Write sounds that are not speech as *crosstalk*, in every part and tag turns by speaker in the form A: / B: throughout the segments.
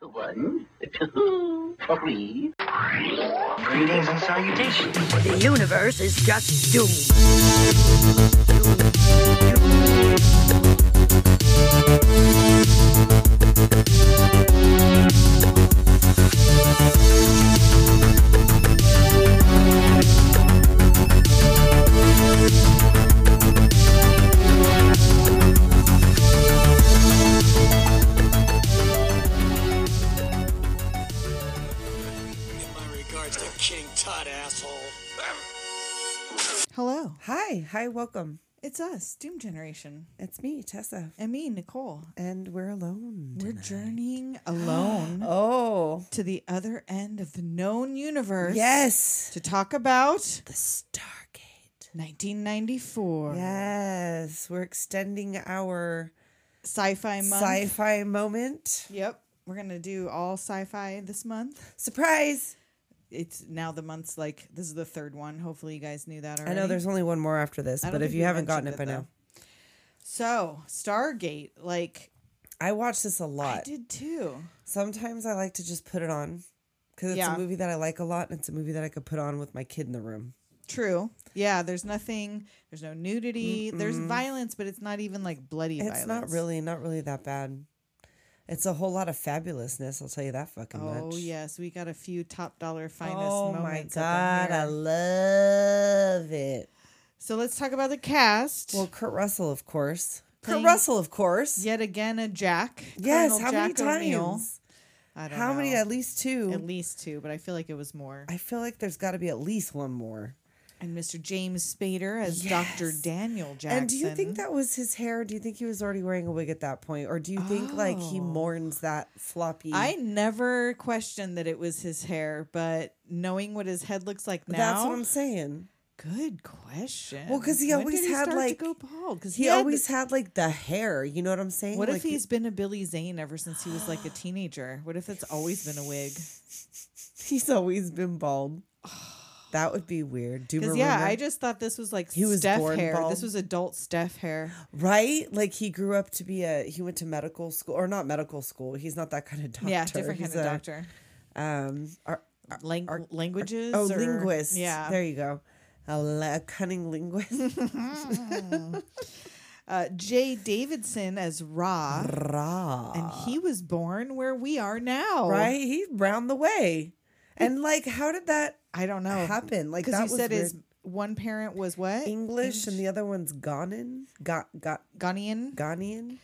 A: One, two, three.
B: Greetings and salutations.
C: The universe is just doomed.
D: My regards to King Tut, asshole.
E: Hello.
F: Hi, hi, welcome.
E: It's us, Doom Generation.
F: It's me, Tessa,
E: And me, Nicole.
F: and we're alone.
E: We're journeying alone
F: *gasps* oh,
E: to the other end of the known universe.
F: yes,
E: To talk about
F: the Stargate.
E: 1994
F: Yes, we're extending our
E: sci-fi month.
F: sci-fi moment.
E: Yep. We're going to do all sci-fi this month.
F: Surprise!
E: It's now the month's like this is the third one. Hopefully you guys knew that already.
F: I know there's only one more after this,
E: I don't
F: but if
E: think
F: you
E: we
F: haven't gotten it by
E: mentioned it,
F: now,
E: So, Stargate like
F: I watch this a
E: I
F: lot.
E: did too.
F: Sometimes I like to just put it on because it's
E: Yeah.
F: a movie that I like a lot, and it's a movie that I could put on with my kid in the room.
E: True. Yeah, there's nothing, there's no nudity, there's violence, but it's not even like bloody
F: It's
E: violence.
F: not really, not really that bad. It's a whole lot of fabulousness. I'll tell you that fucking much.
E: Oh yes, we got a few top dollar finest
F: oh
E: moments.
F: my
E: up in
F: god, I
E: here.
F: love it.
E: so let's talk about the cast.
F: Well, Kurt Russell, of course. Kurt
E: Playing-
F: Russell, of course.
E: Yet again, a Jack.
F: Yes,
E: Colonel
F: how many
E: Jack O'Neill.
F: times?
E: I don't
F: How many?
E: know.
F: At least two.
E: At least two, but I feel like it was more.
F: I feel like there's got to be at least one more.
E: And Mr. James Spader as Dr.
F: Yes.
E: Daniel Jackson.
F: And do you think that was his hair? Do you think he was already wearing a wig at that point, or do you think like he
E: Oh.
F: mourns that floppy?
E: I never questioned that it was his hair, but knowing what his head looks like now,
F: That's what I'm saying.
E: Good question.
F: Well, because he
E: When
F: always
E: did he
F: had
E: start
F: like
E: to go bald. Because
F: He, always had like the hair. You know what I'm saying?
E: What
F: Like,
E: if he's been a Billy Zane ever since he was like
F: *gasps*
E: a teenager? What if it's always been a wig?
F: he's always been
E: *sighs*
F: bald? That would be weird. Do
E: Because yeah, I just thought this was like
F: He was
E: Steph
F: born
E: hair.
F: bald.
E: This was adult Steph hair.
F: Right? Like he grew up to be a he went to medical school or not medical school. He's not that kind of doctor.
E: yeah, different kind
F: He's
E: of
F: a,
E: doctor.
F: Um ar-
E: Lang- languages.
F: oh,
E: or-
F: linguist.
E: Yeah.
F: There you go. A, la- a cunning
E: *laughs*
F: linguist.
E: Uh, Jay Davidson as Ra,
F: Rah.
E: and he was born where we are
F: *laughs*
E: now.
F: right? He round the way. And like how did that
E: I don't know.
F: happen? Like
E: Because
F: that was
E: you Oh, said
F: weird.
E: his one parent was what?
F: English and the other one's Ghanan. Got got
E: Ghanaian.
F: Ghanaian.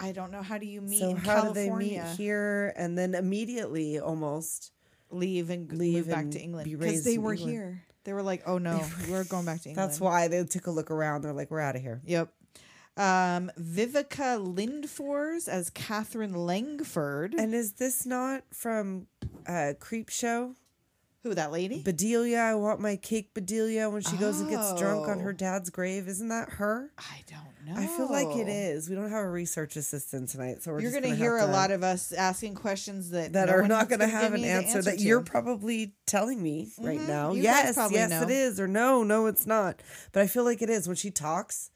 E: I don't know. How do you meet
F: So
E: in
F: how
E: California?
F: do they meet here and then immediately almost
E: leave and g-
F: Leave
E: move back
F: and
E: to England
F: be
E: because
F: raised
E: they
F: in
E: were
F: England.
E: here. They were like, "Oh no, we're going back to
F: *laughs*
E: England."
F: that's why they took a look around. They're like, we're out of here.
E: Yep. Um, Vivica Lindfors as Catherine Langford.
F: And is this not from uh, Creep Show?
E: Who that lady?
F: Bedelia, I want my cake, Bedelia, when she goes and gets drunk on
E: Oh.
F: her dad's grave. Isn't that her?
E: I don't know.
F: I feel like it is. We don't have a research assistant tonight, so we're
E: Oh. You're
F: just
E: going to
F: gonna
E: hear a
F: have to-
E: lot of us asking questions that
F: that
E: no
F: are
E: one
F: not
E: else
F: going to
E: could give
F: have an
E: me the
F: answer, that you're
E: to. Mm-hmm.
F: probably telling me right now.
E: You guys
F: yes,
E: probably
F: yes,
E: know.
F: it is, or no, no, it's not. But I feel like it is when she talks.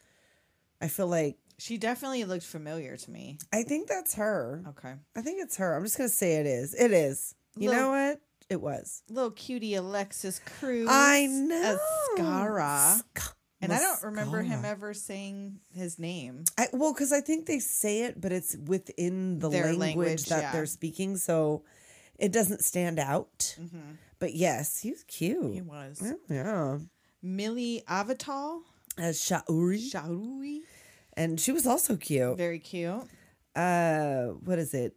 F: I feel like
E: she definitely looked familiar to me.
F: I think that's her.
E: Okay,
F: I think it's her. I'm just gonna say it is. It is. You
E: Little-
F: know what? It was.
E: little cutie Alexis Cruz.
F: I know.
E: Ascara.
F: Sc-
E: And I don't remember him
F: Mascara.
E: ever saying his name.
F: I, well, because I think they say it, but it's within the
E: Their
F: language,
E: language,
F: that
E: yeah.
F: they're speaking, so it doesn't stand out. But yes, he was cute.
E: Mm-hmm.
F: Oh,
E: He was
F: Yeah.
E: Millie Avatal
F: As Shauri,
E: Shaoui.
F: and she was also cute.
E: Very cute.
F: Uh, what is it?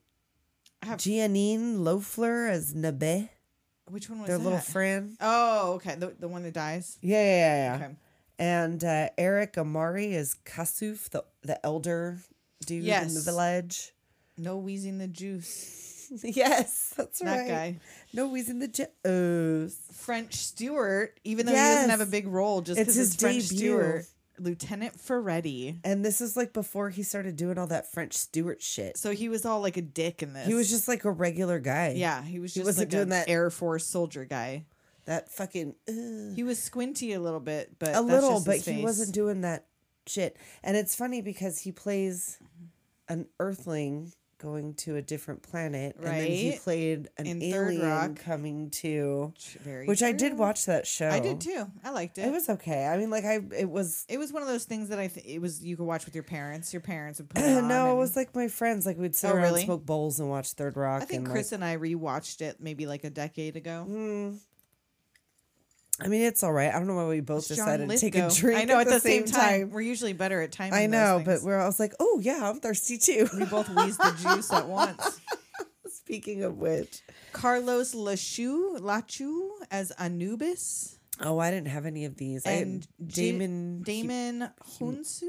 E: I have-
F: Giannine Loeffler as Nabe,
E: Which one was
F: their
E: that?
F: little friend.
E: Oh, okay. The, the one that dies.
F: Yeah, yeah, yeah. yeah.
E: Okay.
F: And uh, Eric Amari is Kasuf, the the elder dude in the
E: Yes.
F: village.
E: No wheezing the juice.
F: *laughs* yes, that's
E: That
F: right.
E: guy.
F: No, he's in the jet. Oh,
E: French Stewart, even though he doesn't have a
F: Yes.
E: big role, just
F: It's
E: because
F: his
E: it's, French
F: debut.
E: Stewart. Lieutenant Ferretti.
F: and this is like before he started doing all that French Stewart shit.
E: So he was all like a dick in this.
F: He was just like a regular guy.
E: yeah. He was
F: He
E: just
F: wasn't
E: like
F: doing
E: an
F: that-
E: Air Force soldier guy.
F: that fucking uh,
E: He was squinty a little bit, but
F: a
E: that's
F: little,
E: just
F: but
E: his
F: he
E: face.
F: wasn't doing that shit. And it's funny because he plays an Earthling going to a different planet, and then he
E: Right.
F: played an
E: In Third
F: alien
E: Rock.
F: coming to,
E: Ch- Very
F: which I did
E: true.
F: watch that show.
E: I did too. I liked it.
F: It was okay. I mean, like I, it was.
E: It was one of those things that I th- it was you could watch with your parents. Your
F: *clears throat*
E: parents would put it
F: *laughs*
E: on.
F: no, it
E: and-
F: was like my friends. Like we'd sit
E: Oh,
F: around,
E: really?
F: smoke bowls, and watch Third Rock.
E: I think
F: and,
E: Chris and I rewatched it maybe like a decade ago.
F: Like, mm, I mean, it's all right. I don't know why we both
E: It's
F: decided to take a
E: Lithgow.
F: drink.
E: I know at the, same, time. We're usually better at timing.
F: I
E: those
F: know, but
E: things.
F: we're. I was like, oh yeah, I'm thirsty
E: *laughs*
F: too. *laughs*
E: we both wheezed the juice at once.
F: Speaking of which,
E: Carlos Lachu Lachu as Anubis
F: oh, I didn't have any of these.
E: and
F: I,
E: J-
F: Damon,
E: Damon Hunsu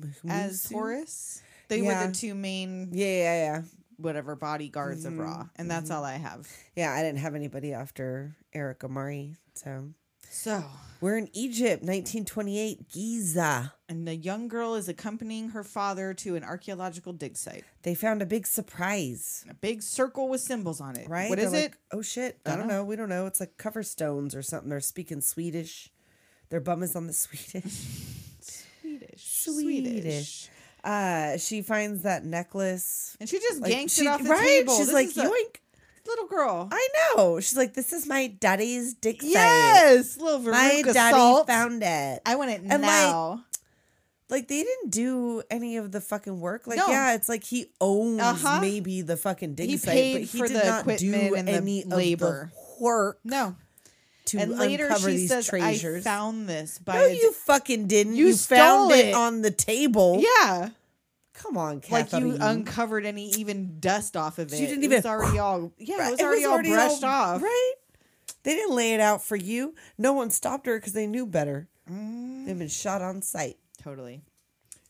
F: Hu-
E: as
F: Musu?
E: Horus. They were
F: Yeah.
E: the two main
F: Yeah, Mm-hmm. yeah, yeah.
E: whatever bodyguards of Raw, and that's all I have.
F: Yeah, I didn't have anybody after Eric Amari. So
E: So,
F: we're in Egypt, 1928, Giza.
E: and the young girl is accompanying her father to an archaeological dig site.
F: They found a big surprise,
E: A big circle with symbols on it.
F: right?
E: What
F: They're
E: is
F: like,
E: it?
F: Oh shit! I don't know. We don't know. It's like cover stones or something. They're speaking Swedish. Their bum is on the *laughs* Swedish.
E: Swedish.
F: Swedish. Uh, she finds that necklace.
E: And she just
F: Like,
E: yanks
F: she-
E: it off the
F: right?
E: table.
F: She's
E: This
F: like,
E: is a
F: yoink.
E: little girl.
F: I know. She's like, this is my daddy's dick site.
E: yes, little
F: My
E: Veruca
F: daddy
E: Salt.
F: found it.
E: I want it
F: like,
E: now.
F: like they didn't do any of the fucking work. Like,
E: No.
F: yeah, it's like he owns
E: Uh-huh.
F: maybe the fucking dig
E: He
F: site, but
E: paid
F: he
E: for
F: did
E: the
F: not
E: equipment
F: do
E: and the
F: any
E: labor.
F: of the work
E: no.
F: to
E: And later
F: uncover
E: she
F: these
E: says,
F: treasures.
E: "I found this by
F: no,
E: a-
F: you fucking didn't.
E: You
F: You,
E: stole
F: found it.
E: it.
F: on the table.
E: yeah,
F: come on,
E: like
F: Kathy.
E: you uncovered any even dust off of it.
F: You didn't
E: It was
F: even-
E: *sighs* already all yeah, it was already, all brushed off.
F: right? They didn't lay it out for you. No one stopped her because they knew better. They've been shot on sight.
E: Totally.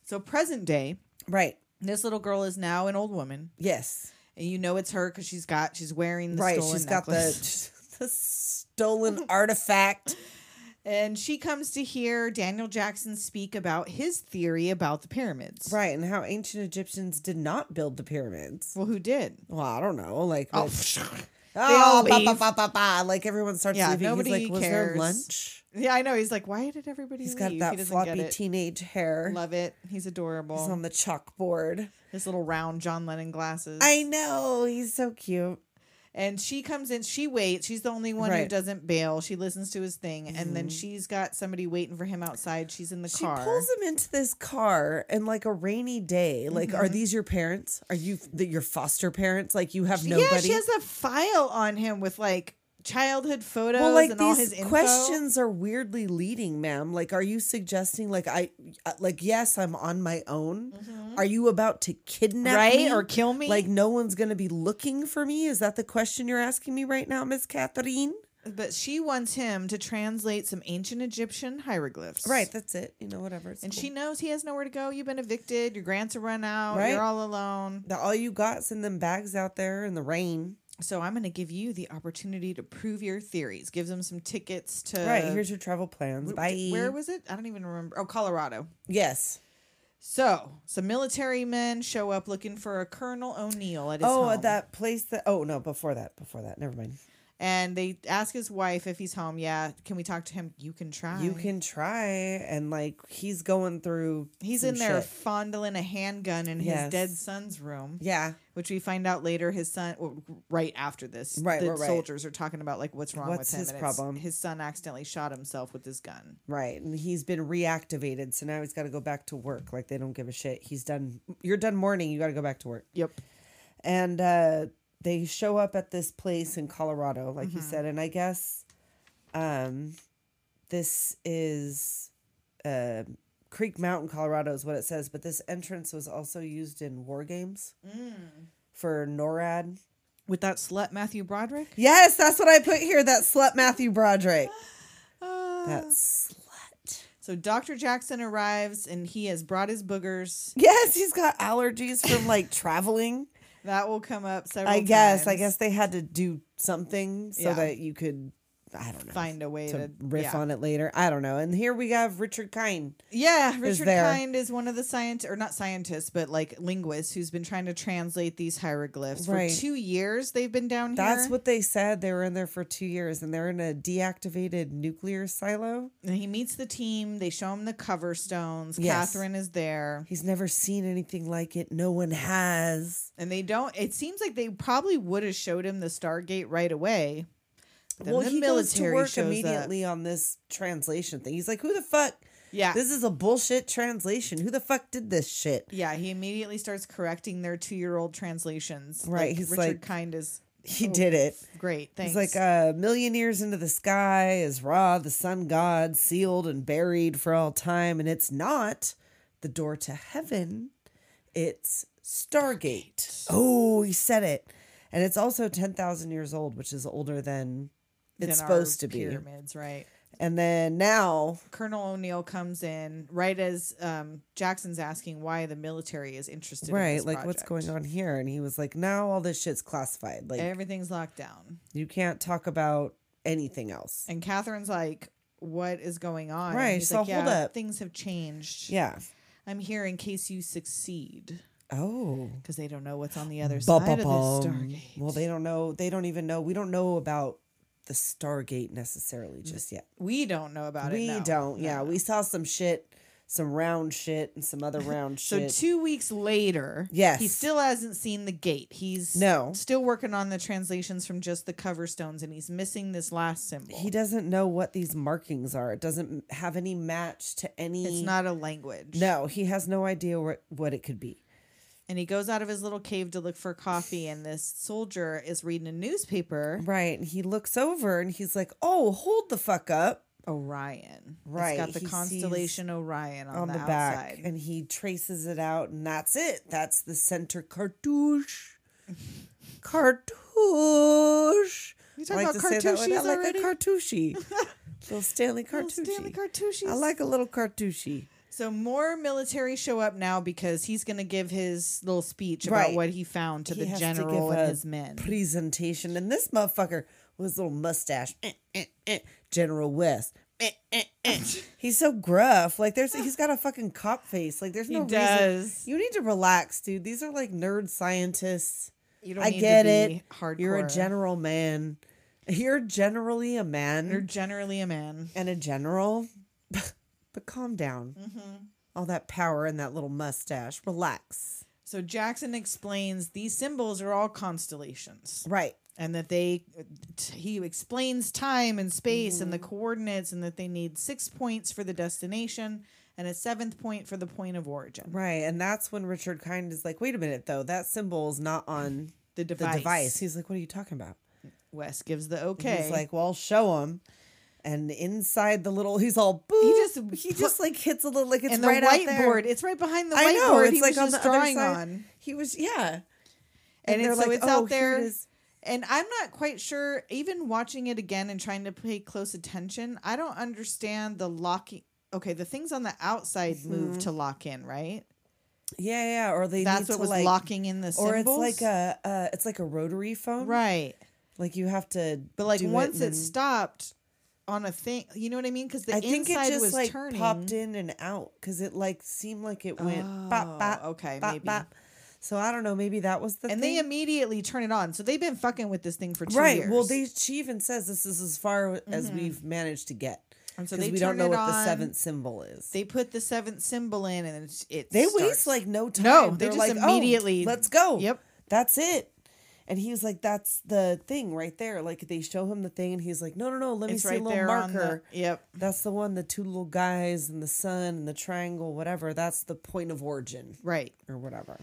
E: So present day,
F: Right.
E: this little girl is now an old woman,
F: Yes.
E: and you know it's her because she's got she's wearing the
F: right.
E: stolen
F: She's *laughs*
E: necklace.
F: got the the stolen artifact.
E: And she comes to hear Daniel Jackson speak about his theory about the pyramids.
F: Right, and how ancient Egyptians did not build the pyramids.
E: Well, who did?
F: Well, I don't know. Like, *laughs*
E: Oh,
F: like,
E: all
F: ba, ba,
E: leave.
F: ba, ba, ba," like everyone starts
E: Yeah,
F: leaving. He's
E: nobody
F: like, was there
E: cares.
F: lunch?
E: yeah, I know. He's like, why did everybody?
F: He's
E: leave?
F: got
E: he
F: that
E: doesn't
F: floppy
E: get it.
F: teenage hair.
E: Love it. He's adorable.
F: He's on the chalkboard.
E: His little round John Lennon glasses.
F: I know. He's so cute.
E: and she comes in. She waits. She's the only one who
F: Right. Mm-hmm.
E: doesn't bail. She listens to his thing, and then she's got somebody waiting for him outside. She's in the
F: She
E: car.
F: pulls him into this car and like a rainy day. Like,
E: Mm-hmm.
F: are these your parents? Are you that your foster parents? Like, you have nobody.
E: Yeah, she has a file on him with like childhood photos
F: well, like
E: and all his
F: these
E: info.
F: questions are weirdly leading, ma'am. Like, are you suggesting, like, I, uh, like, yes, I'm on my own. Are you about to kidnap
E: Mm-hmm. Right?
F: me
E: Or kill me?
F: Like, no one's gonna be looking for me. Is that the question you're asking me right now, Miss Catherine?
E: But she wants him to translate some ancient Egyptian hieroglyphs.
F: Right. That's it. You know, whatever. It's
E: And
F: cool.
E: she knows he has nowhere to go. You've been evicted. Your grants are run out.
F: Right.
E: You're all alone.
F: that all you got is in them bags out there in the rain.
E: So I'm going to give you the opportunity to prove your theories. Gives him some tickets to.
F: right. Here's your E. travel plans.
E: Wh-
F: Bye.
E: Where was it? I don't even remember. Oh, Colorado.
F: Yes.
E: So some military men show up looking for a Colonel O'Neill at his
F: Oh,
E: home.
F: at that place that. Oh no, before that. Before that. Never mind.
E: And they ask his wife if he's home. Yeah. Can we talk to him? You can try.
F: You can try, and like he's going through.
E: He's
F: some
E: in there
F: shit.
E: fondling a handgun in his
F: Yes.
E: dead son's room.
F: Yeah.
E: which we find out later his son well, right after this
F: Right,
E: the
F: right, right.
E: soldiers are talking about like what's wrong
F: What's
E: with him
F: his
E: and it's-
F: problem?
E: his son accidentally shot himself with his gun
F: Right. And he's been reactivated. So now he's got to go back to work. Like they don't give a shit. He's done. You're done mourning. You got to go back to work.
E: yep
F: And uh, they show up at this place in Colorado, like
E: Mm-hmm.
F: you said. And I guess um, this is uh, Creek Mountain, Colorado, is what it says. But this entrance was also used in war games
E: Mm.
F: for NORAD.
E: with that slut matthew broderick
F: Yes, that's what I put here. That slut Matthew Broderick. That
E: *gasps*
F: slut.
E: Ah. so dr jackson arrives and he has brought his boogers
F: Yes, he's got allergies from like traveling.
E: that will come up several
F: I guess. I
E: times.
F: guess they had to do something so
E: Yeah.
F: that you could I don't know.
E: find a way to,
F: to riff
E: yeah.
F: on it later. I don't know. And here we have Richard Kine.
E: Yeah,
F: is
E: Richard
F: there.
E: Kind is one of the scientists, or not scientists, but like linguists who's been trying to translate these hieroglyphs
F: Right.
E: for two years. They've been down here.
F: That's what they said. They were in there for two years and they're in a deactivated nuclear silo.
E: And he meets the team. They show him the cover stones.
F: Yes.
E: Catherine is there,
F: He's never seen anything like it. No one has.
E: and they don't. It seems like they probably would have showed him the Stargate right away. Then the military shows up.
F: immediately on this translation thing. He's like, who the fuck?
E: Yeah.
F: This is a bullshit translation. Who the fuck did this shit?
E: yeah, he immediately starts correcting their two-year-old translations.
F: Right,
E: like, uh,
F: he's
E: Richard
F: like-
E: Kind is
F: He did it.
E: great. Thanks.
F: He's like a million years into the sky is Ra, the sun god, sealed and buried for all time, and it's not the door to heaven. It's Stargate. Oh, he said it, and it's also ten thousand years old, which is older than
E: than
F: it's
E: our
F: supposed to be.
E: pyramids, right?
F: And then now,
E: Colonel O'Neill comes in right as um, Jackson's asking why the military is interested. in
F: right?
E: this
F: Like, what's
E: project.
F: going on here? And he was like, "Now all this shit's classified. Like,
E: Everything's locked down,
F: you can't talk about anything else."
E: and Catherine's like, "What is going on?" And
F: Right,
E: He's
F: so
E: like,
F: hold
E: yeah,
F: up."
E: Things have changed.
F: yeah.
E: I'm here in case you succeed
F: Oh.
E: because they don't know what's on the other side of this
F: Ba-ba-bum.
E: Stargate.
F: Well, they don't know. They don't even know. We don't know about the Stargate necessarily just yet.
E: we don't know about
F: We
E: it. no.
F: don't.
E: No,
F: yeah,
E: no.
F: we saw some shit, some round shit, and some
E: *laughs*
F: other round
E: So
F: shit.
E: two weeks later,
F: Yes.
E: he still hasn't seen the gate. He's
F: No.
E: still working on the translations from just the cover stones, and he's missing this last symbol.
F: he doesn't know what these markings are. It doesn't have any match to any.
E: It's not a language.
F: No, he has no idea what what it could be.
E: And he goes out of his little cave to look for coffee, and this soldier is reading a newspaper.
F: Right, and he looks over and he's like, "Oh, hold the fuck up!"
E: Orion.
F: Right,
E: It's got the
F: he sees
E: constellation Orion on,
F: on
E: the,
F: the,
E: outside.
F: back and he traces it out and that's it that's the center cartouche
E: *laughs*
F: cartouche
E: You
F: I
E: talking about cartouches
F: I like
E: already?
F: a
E: *laughs*
F: cartouche little stanley
E: Little
F: cartouche
E: Stanley Cartucci.
F: i like a little cartouche
E: So more military show up now because he's going to give his little speech about
F: Right.
E: what he found to
F: He
E: the
F: has to
E: general
F: give a
E: and his men.
F: presentation and this motherfucker with his little mustache eh, eh, eh, general west eh, eh,
E: *laughs*
F: eh. he's so gruff like there's he's got a fucking cop face like there's
E: He
F: no reason
E: does.
F: you need to relax dude these are like nerd scientists
E: You
F: I
E: need to
F: get
E: be
F: it.
E: Hardcore.
F: You're a general man. You're generally a
E: You're
F: man
E: generally a man.
F: and a general, *laughs* but calm down.
E: Mm-hmm.
F: All that power and that little mustache. Relax.
E: So Jackson explains these symbols are all constellations.
F: Right.
E: and that they t- he explains time and space and
F: Mm.
E: the coordinates and that they need six points for the destination and a seventh point for the point of origin
F: Right. And that's when Richard Kind is like, wait a minute, though. That symbol is not on
E: the
F: the
E: device,
F: device. He's like, what are you talking about?
E: wes gives the okay
F: Okay. He's like, well, show him. And inside the little, he's all boop.
E: He just
F: he
E: put-
F: just like hits a little like it's
E: and the
F: right out there.
E: whiteboard it's right behind the whiteboard
F: I know it's
E: he
F: like
E: was
F: on
E: just
F: the other
E: drawing
F: side.
E: on
F: He was yeah,
E: and,
F: they're
E: it's, so it's
F: "Oh,
E: out
F: here it
E: there
F: is."
E: and i'm not quite sure even watching it again and trying to pay close attention i don't understand the locking okay the things on the outside move to lock in right
F: Yeah, yeah. Or Mm-hmm. they need
E: that's what
F: to,
E: was
F: like,
E: locking in the symbols.
F: Or it's like a uh, it's like a rotary phone,
E: right
F: Like you have to,
E: But like
F: do it
E: once
F: and
E: it,
F: then-
E: stopped on a thing, you know what I mean? Because the
F: I
E: inside
F: think it just
E: was
F: like
E: turning.
F: popped in and out because it like seemed like it went
E: Oh,
F: bop bop.
E: okay,
F: bop,
E: maybe.
F: bop. So I don't know. Maybe that was the
E: and
F: thing.
E: they immediately turn it on. So they've been fucking with this thing for two
F: right.
E: years. Mm-hmm.
F: Well, they she even says this is as far as we've managed to get
E: And
F: because
E: so they
F: we don't
E: turn
F: know
E: it
F: what the
E: on.
F: seventh symbol is.
E: they put the seventh symbol in, and it's it
F: They
E: starts.
F: waste like no time.
E: No, they
F: They're
E: just
F: like, "Oh,
E: immediately-
F: let's go.
E: Yep.
F: That's it. And he was like, "That's the thing right there." Like they show him the thing, and he's like, "No, no, no. Let me
E: it's
F: see
E: right
F: a little
E: there on the-
F: marker.
E: yep.
F: That's the one. The two little guys and the sun and the triangle, whatever. That's the point of origin
E: Right.
F: or whatever.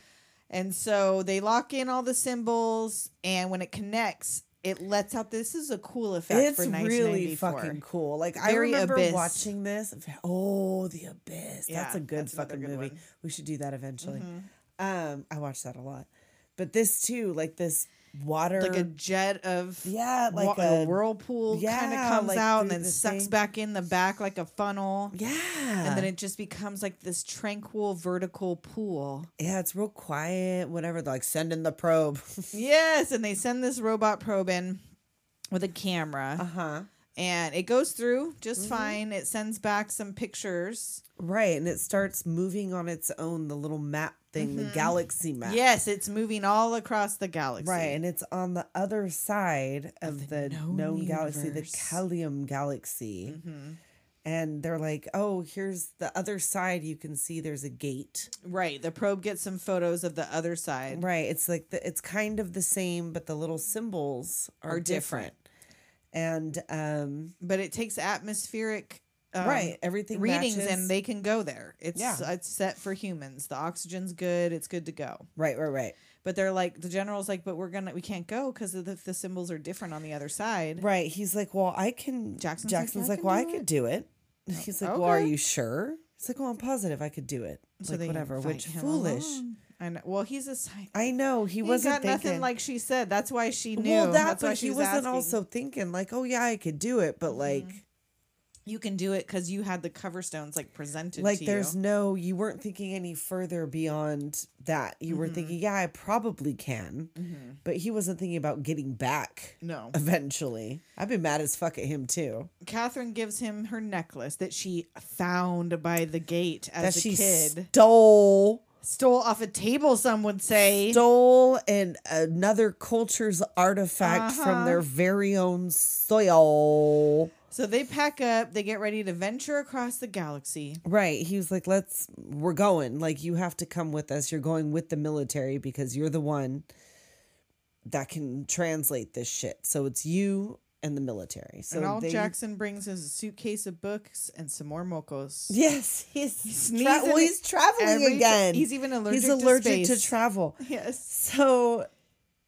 E: And so they lock in all the symbols, and when it connects, it lets out. This is a cool effect for
F: it's
E: 1994.
F: really fucking cool. Like
E: Very
F: I remember
E: Abyss.
F: watching this. Oh, the abyss.
E: Yeah,
F: that's a good
E: that's another
F: fucking
E: good
F: movie.
E: one. Mm-hmm.
F: We should do that eventually. Um, I watched that a lot, but this too, like this water,
E: Like a jet of
F: yeah,
E: wa-
F: like
E: a,
F: a
E: whirlpool kind
F: yeah,
E: of comes
F: like
E: out and
F: through
E: then
F: the
E: sucks
F: thing.
E: back in the back like a funnel.
F: yeah,
E: and
F: Uh-huh.
E: then it just becomes like this tranquil vertical
F: *laughs*
E: pool.
F: yeah, it's real quiet. Whatever, They're like send in the probe. *laughs*
E: Yes, and they send this robot probe in with a camera,
F: uh huh.
E: and it goes through just
F: Mm-hmm.
E: fine. It sends back some pictures.
F: Right, and it starts moving on its own, the little map thing, the
E: Mm-hmm.
F: galaxy map.
E: Yes, it's moving all across the galaxy.
F: Right, and it's on the other side of, the, known,
E: known
F: galaxy, the
E: universe. Mm-hmm.
F: Kalium galaxy. And they're like, oh, here's the other side. You can see there's a gate.
E: Right. The probe gets some photos of the other side.
F: Right. It's like the, it's kind of the same, but the little symbols are,
E: Are
F: different.
E: different.
F: And um,
E: But it takes atmospheric um,
F: right, everything
E: readings
F: matches.
E: and they can go there. It's
F: Yeah.
E: it's set for humans. The oxygen's good. It's good to go.
F: right, right, right,
E: But they're like the general's like, but we're gonna we can't go because the, the symbols are different on the other side.
F: right. He's like, well, I can. Jackson's, Jackson's
E: Jackson's like, "I
F: like,
E: can
F: well, I
E: do
F: could do it. *laughs* He's like, well, are
E: Okay.
F: you sure? He's like, well, I'm positive I could do it. like whatever,
E: invite
F: which
E: him
F: foolish.
E: along. I know. Well, he's a scientist.
F: I know he,
E: He
F: wasn't
E: got
F: thinking.
E: nothing like she said. That's why she knew.
F: well, that,
E: That's why
F: but
E: she
F: he
E: was
F: wasn't
E: asking. Mm-hmm.
F: also thinking like, oh yeah, I could do it, but like,
E: you can do it because you had the cover stones like presented.
F: like
E: to
F: there's
E: you.
F: no, you weren't thinking any further beyond that. You
E: Mm-hmm.
F: were thinking, yeah, I probably can, but he wasn't thinking about getting back.
E: no.
F: Eventually, I've been mad as fuck at him too.
E: Catherine gives him her necklace that she found by the gate as
F: that
E: a
F: she
E: kid.
F: stole,
E: Stole off a table, some would say.
F: stole an another culture's artifact
E: Uh-huh.
F: from their very own soil.
E: So they pack up, they get ready to venture across the galaxy.
F: Right. He was like, let's, we're going. Like, you have to come with us. You're going with the military because you're the one that can translate this shit. So it's you and the military. So
E: and all
F: they,
E: Jackson brings is a suitcase of books and some more mocos.
F: *laughs* Yes. He's, sneezing.
E: sneezing
F: well, he's traveling
E: every-
F: again.
E: he's even allergic
F: He's
E: to
F: allergic to,
E: space.
F: travel.
E: *laughs* Yes.
F: So, uh,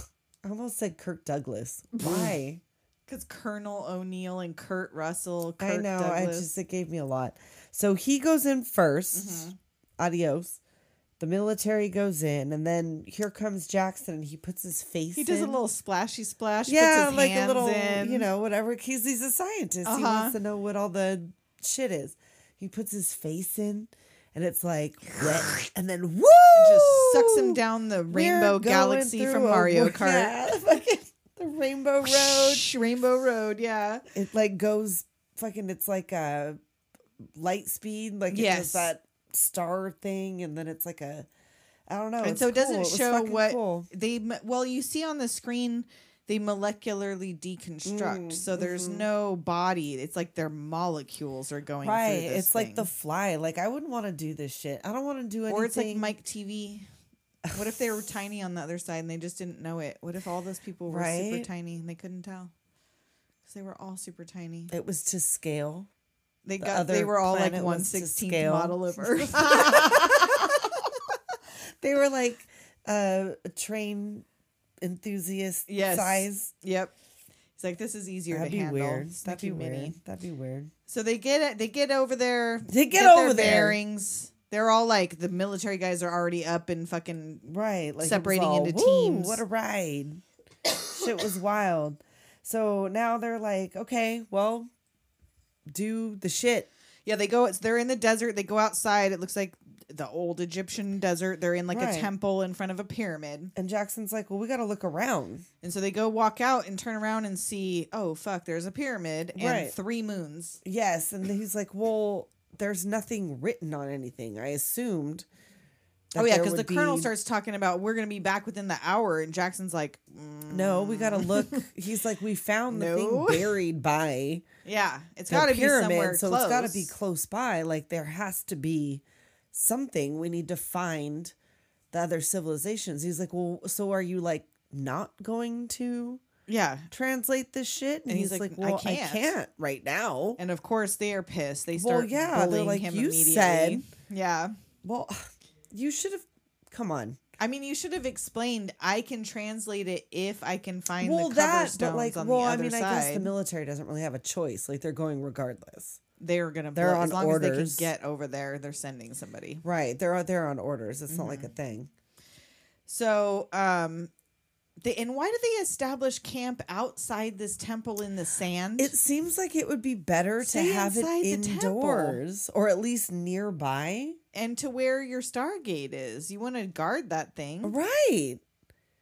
F: *sighs* I almost said Kirk
E: *laughs*
F: Douglas. Why?
E: Because Colonel O'Neill and Kurt Russell, Kirk
F: I know. I
E: Douglas.
F: just it gave me a lot. So he goes in
E: Mm-hmm.
F: 1st Adios. The military goes in, and then here comes Jackson, and he puts his face.
E: he does a
F: in.
E: little splashy splash.
F: yeah,
E: puts his
F: like a
E: hands
F: little,
E: in.
F: you know, whatever. He's he's a scientist. He
E: Uh-huh.
F: wants to know what all the shit is. He puts his face in, and it's like,
E: *sighs*
F: wet, and then woo,
E: just sucks him down the
F: We're
E: rainbow
F: going
E: galaxy
F: through
E: from
F: a-
E: Mario Kart.
F: Yeah, *laughs* fucking the
E: *laughs*
F: Rainbow Road.
E: Road, Rainbow Road, yeah.
F: it like goes fucking it's like a light speed like it does
E: Yes.
F: that star thing and then it's like a i don't know
E: and
F: it's
E: so it doesn't
F: cool. was
E: show
F: fucking
E: what
F: cool.
E: they m- well you see on the screen they molecularly deconstruct
F: Mm,
E: so there's no body it's like their molecules are going
F: right
E: through this
F: it's like the
E: thing.
F: fly like i wouldn't want to do this shit i don't want to do anything
E: or it's like mike tv what if
F: *laughs*
E: they were tiny on the other side and they just didn't know it what if all those people were super
F: Right?
E: tiny and they couldn't tell because they were all super tiny
F: it was to scale
E: they
F: the
E: got they
F: other
E: were all like
F: planet was to
E: 116th
F: scale. *laughs*
E: model of earth *laughs*
F: they were like uh a train enthusiast
E: yes
F: size
E: yep it's like this is easier
F: that'd
E: to
F: be
E: handle
F: weird
E: It's
F: that'd
E: not
F: be
E: too
F: weird
E: many.
F: that'd be weird
E: So they get it. They get over there.
F: They get
E: their
F: over there.
E: Bearings. They're all like the military guys are already up and fucking.
F: Right. Like it was
E: separating
F: all,
E: into
F: "Woo,
E: teams."
F: What a ride. Shit was wild. So now they're like, okay, well, do the shit.
E: Yeah, they go. It's they're in the desert. They go outside. It looks like the old Egyptian desert. They're in like
F: Right.
E: a temple in front of a pyramid,
F: And Jackson's like, well, we got to look around.
E: and so they go walk out and turn around and see. Oh fuck! There's a pyramid and
F: Right.
E: three moons.
F: Yes. And he's like, well, there's nothing written on anything. I assumed. that
E: oh yeah,
F: there
E: because the
F: would
E: colonel
F: be-
E: starts talking about we're gonna be back within the hour, and Jackson's like, mm,
F: No, we got to look. *laughs* He's like, we found the
E: No.
F: thing buried by
E: yeah, it's
F: the
E: gotta be
F: pyramid.
E: somewhere
F: So
E: close.
F: it's got to be close by. Like, there has to be something. We need to find. the other civilizations. He's like, well, so are you like not going to
E: yeah,
F: translate this shit? And, he's, like, well, I can't, right now.
E: And of course, they are pissed. They
F: Well,
E: start
F: yeah, they're
E: bullying
F: like,
E: him
F: "You
E: immediately.
F: said-
E: Yeah.
F: well, *sighs* you should have. Come on.
E: I mean, you should have explained. I can translate it if I can find
F: well,
E: the cover
F: that,
E: stones
F: but like,
E: on
F: well,
E: the
F: I
E: other
F: mean,
E: side.
F: I guess the military doesn't really have a choice. Like, they're going regardless.
E: they're gonna.
F: they're
E: blow-
F: on
E: as long
F: orders.
E: as they can get over there, they're sending somebody.
F: Right. They're out there on orders. It's not like a thing.
E: So, um, they and why do they establish camp outside this temple in the sand?
F: It seems like it would be better to
E: Stay
F: have it
E: inside the temple.
F: indoors or at least nearby.
E: and to where your Stargate is, you want to guard that thing.
F: Right.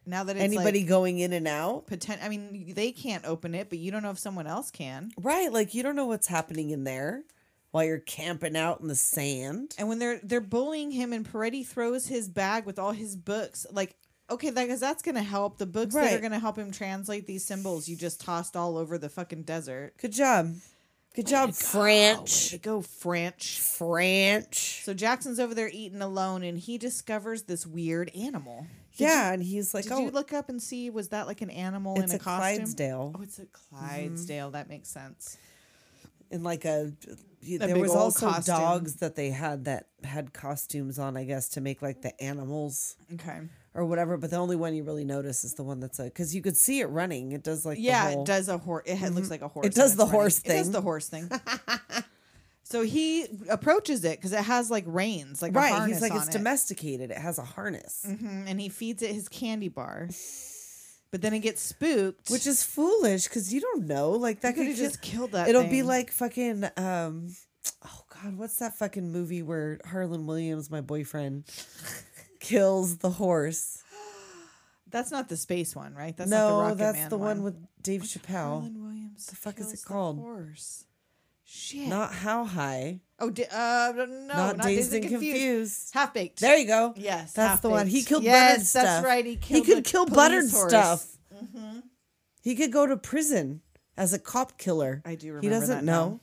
E: Now that Mm-hmm. it's
F: Anybody
E: like,
F: going in and out?
E: potent, I mean, they can't open it, but you don't know if someone else can.
F: Right. Like you don't know what's happening in there while you're camping out in the sand.
E: And when they're they're bullying him, and Peretti throws his bag with all his books, like. Okay, because that's gonna help. The books that are
F: Right.
E: gonna help him translate these symbols you just tossed all over the fucking desert.
F: Good job. Good job,
E: Way
F: French.
E: to go, French.
F: French.
E: So Jackson's over there eating alone, and he discovers this weird animal.
F: yeah, and he's like,
E: Did
F: oh,
E: you look up and see was that like an animal
F: it's
E: in a,
F: a,
E: costume?
F: Clydesdale. Mm-hmm.
E: Oh, it's a Clydesdale. That makes sense.
F: and like a, y- there
E: big
F: was
E: old
F: also
E: costume.
F: dogs that they had that had costumes on i guess to make like the animals
E: Okay.
F: or whatever but the only one you really notice is the one that's a because you could see it running it does like the
E: yeah,
F: whole- Mm-hmm.
E: it does a horse. It ha- looks like a horse.
F: does
E: when
F: the
E: it's running.
F: horse
E: It does
F: thing.
E: the
F: *laughs*
E: horse thing. so he approaches it because it has like reins, like A
F: right
E: harness
F: he's like
E: on
F: it's
E: it.
F: domesticated it has a harness
E: Mhm, and he feeds it his
F: *laughs*
E: candy bar. But then it gets spooked,
F: which is foolish because you don't know like that could
E: could've just killed that
F: it'll be
E: thing.
F: like fucking um oh god what's that fucking movie where harlan williams my boyfriend
E: *laughs*
F: kills the horse
E: that's not the space one, right? That's not the
F: no
E: Rocket
F: that's
E: Man
F: the one,
E: one
F: with dave chappelle
E: Harlan Williams. The
F: fuck is it called?
E: Horse. Shit.
F: Not how high.
E: oh, di- uh, no, not,
F: not, dazed and confused.
E: Half baked.
F: There you go.
E: Yes,
F: that's the one. He
E: half-baked.
F: killed buttered
E: Yes,
F: stuff.
E: that's right. He killed
F: he could
E: the
F: kill
E: police
F: buttered
E: horse. Mm-hmm.
F: stuff. He could go to prison as a cop killer.
E: I do
F: He
E: remember
F: doesn't
E: that
F: know.
E: now.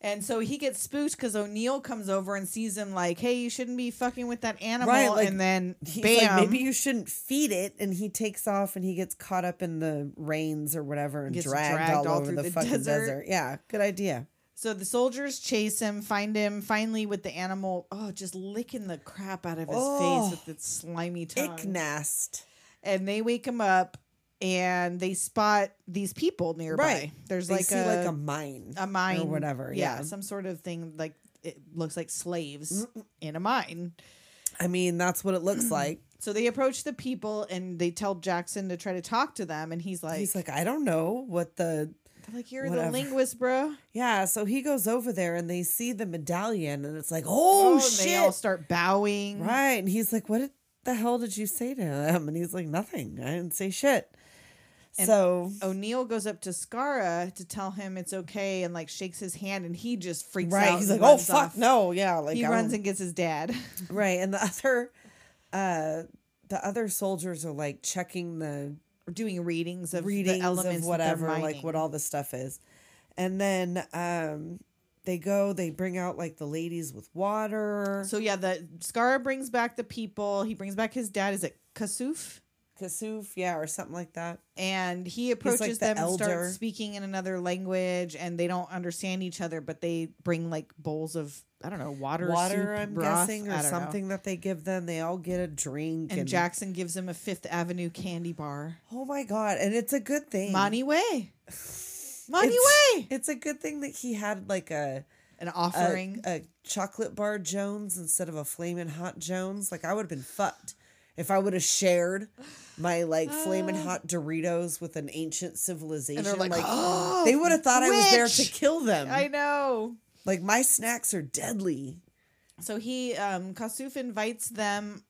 E: And so he gets spooked because O'Neill comes over and sees him like, "Hey, you shouldn't be fucking with that animal."
F: Right, like,
E: and then
F: *laughs* He's
E: bam,
F: like, maybe you shouldn't feed it, and he takes off and he gets caught up in the reins or whatever and
E: Gets
F: dragged,
E: dragged
F: all,
E: all
F: over
E: through
F: the,
E: the
F: fucking
E: desert.
F: desert. Yeah, good idea.
E: So the soldiers chase him, find him, finally with the animal. Oh, just licking the crap out of his
F: Oh.
E: face with its slimy tongue.
F: Icknast.
E: and they wake him up and they spot these people nearby.
F: Right.
E: There's
F: They
E: like,
F: see
E: a,
F: like a mine,
E: a mine
F: or whatever. Yeah.
E: some sort of thing like it looks like slaves in a mine.
F: I mean that's what it
E: *clears throat*
F: looks like.
E: So they approach the people and they tell Jackson to try to talk to them, and he's like,
F: He's like, I don't know what the
E: they're like you're the
F: whatever.
E: linguist, bro.
F: Yeah, so he goes over there and they see the medallion and it's like,
E: Oh,
F: oh,
E: and
F: shit.
E: They all start bowing.
F: right. And he's like, what the hell did you say to him? And he's like, nothing. I didn't say shit. so,
E: O'Neill goes up to Skara to tell him it's okay and like shakes his hand, and he just freaks out.
F: right. He's
E: and
F: like, oh,
E: runs
F: fuck,
E: off.
F: no. Yeah. Like,
E: He
F: I
E: runs
F: don't-
E: and gets his dad.
F: *laughs*
E: *laughs*
F: right. And the other, uh, the other soldiers are like checking the
E: doing readings of
F: readings
E: the elements
F: of
E: that they're
F: whatever, like
E: mining.
F: what all the stuff is. And then, um, they go, they bring out like the ladies with water.
E: So yeah, the Scar brings back the people. He brings back his dad. Is it Kasuf?
F: Kasuf, yeah, or something like that.
E: And he approaches
F: the
E: them and
F: elder.
E: starts speaking in another language, and they don't understand each other, but they bring like bowls of I don't know water,
F: water,
E: soup,
F: I'm
E: broth,
F: guessing,
E: I
F: or
E: don't know.
F: something that they give them. They all get a drink.
E: And Jackson gives him a Fifth Avenue candy bar.
F: oh my god, and it's a good thing.
E: Money way, money
F: It's-
E: way,
F: It's a um, good thing that he had like a
E: an
F: a,
E: offering.
F: a chocolate bar Jones instead of a flaming hot Jones. Like I would have been fucked if I would have shared my like flaming
E: *gasps*
F: hot Doritos with an ancient civilization.
E: like, *gasps* "Oh,
F: *gasps* they would have thought I was there to
E: witch!"
F: kill them.
E: I know.
F: like my snacks are deadly.
E: So he, um, Kasuf invites them,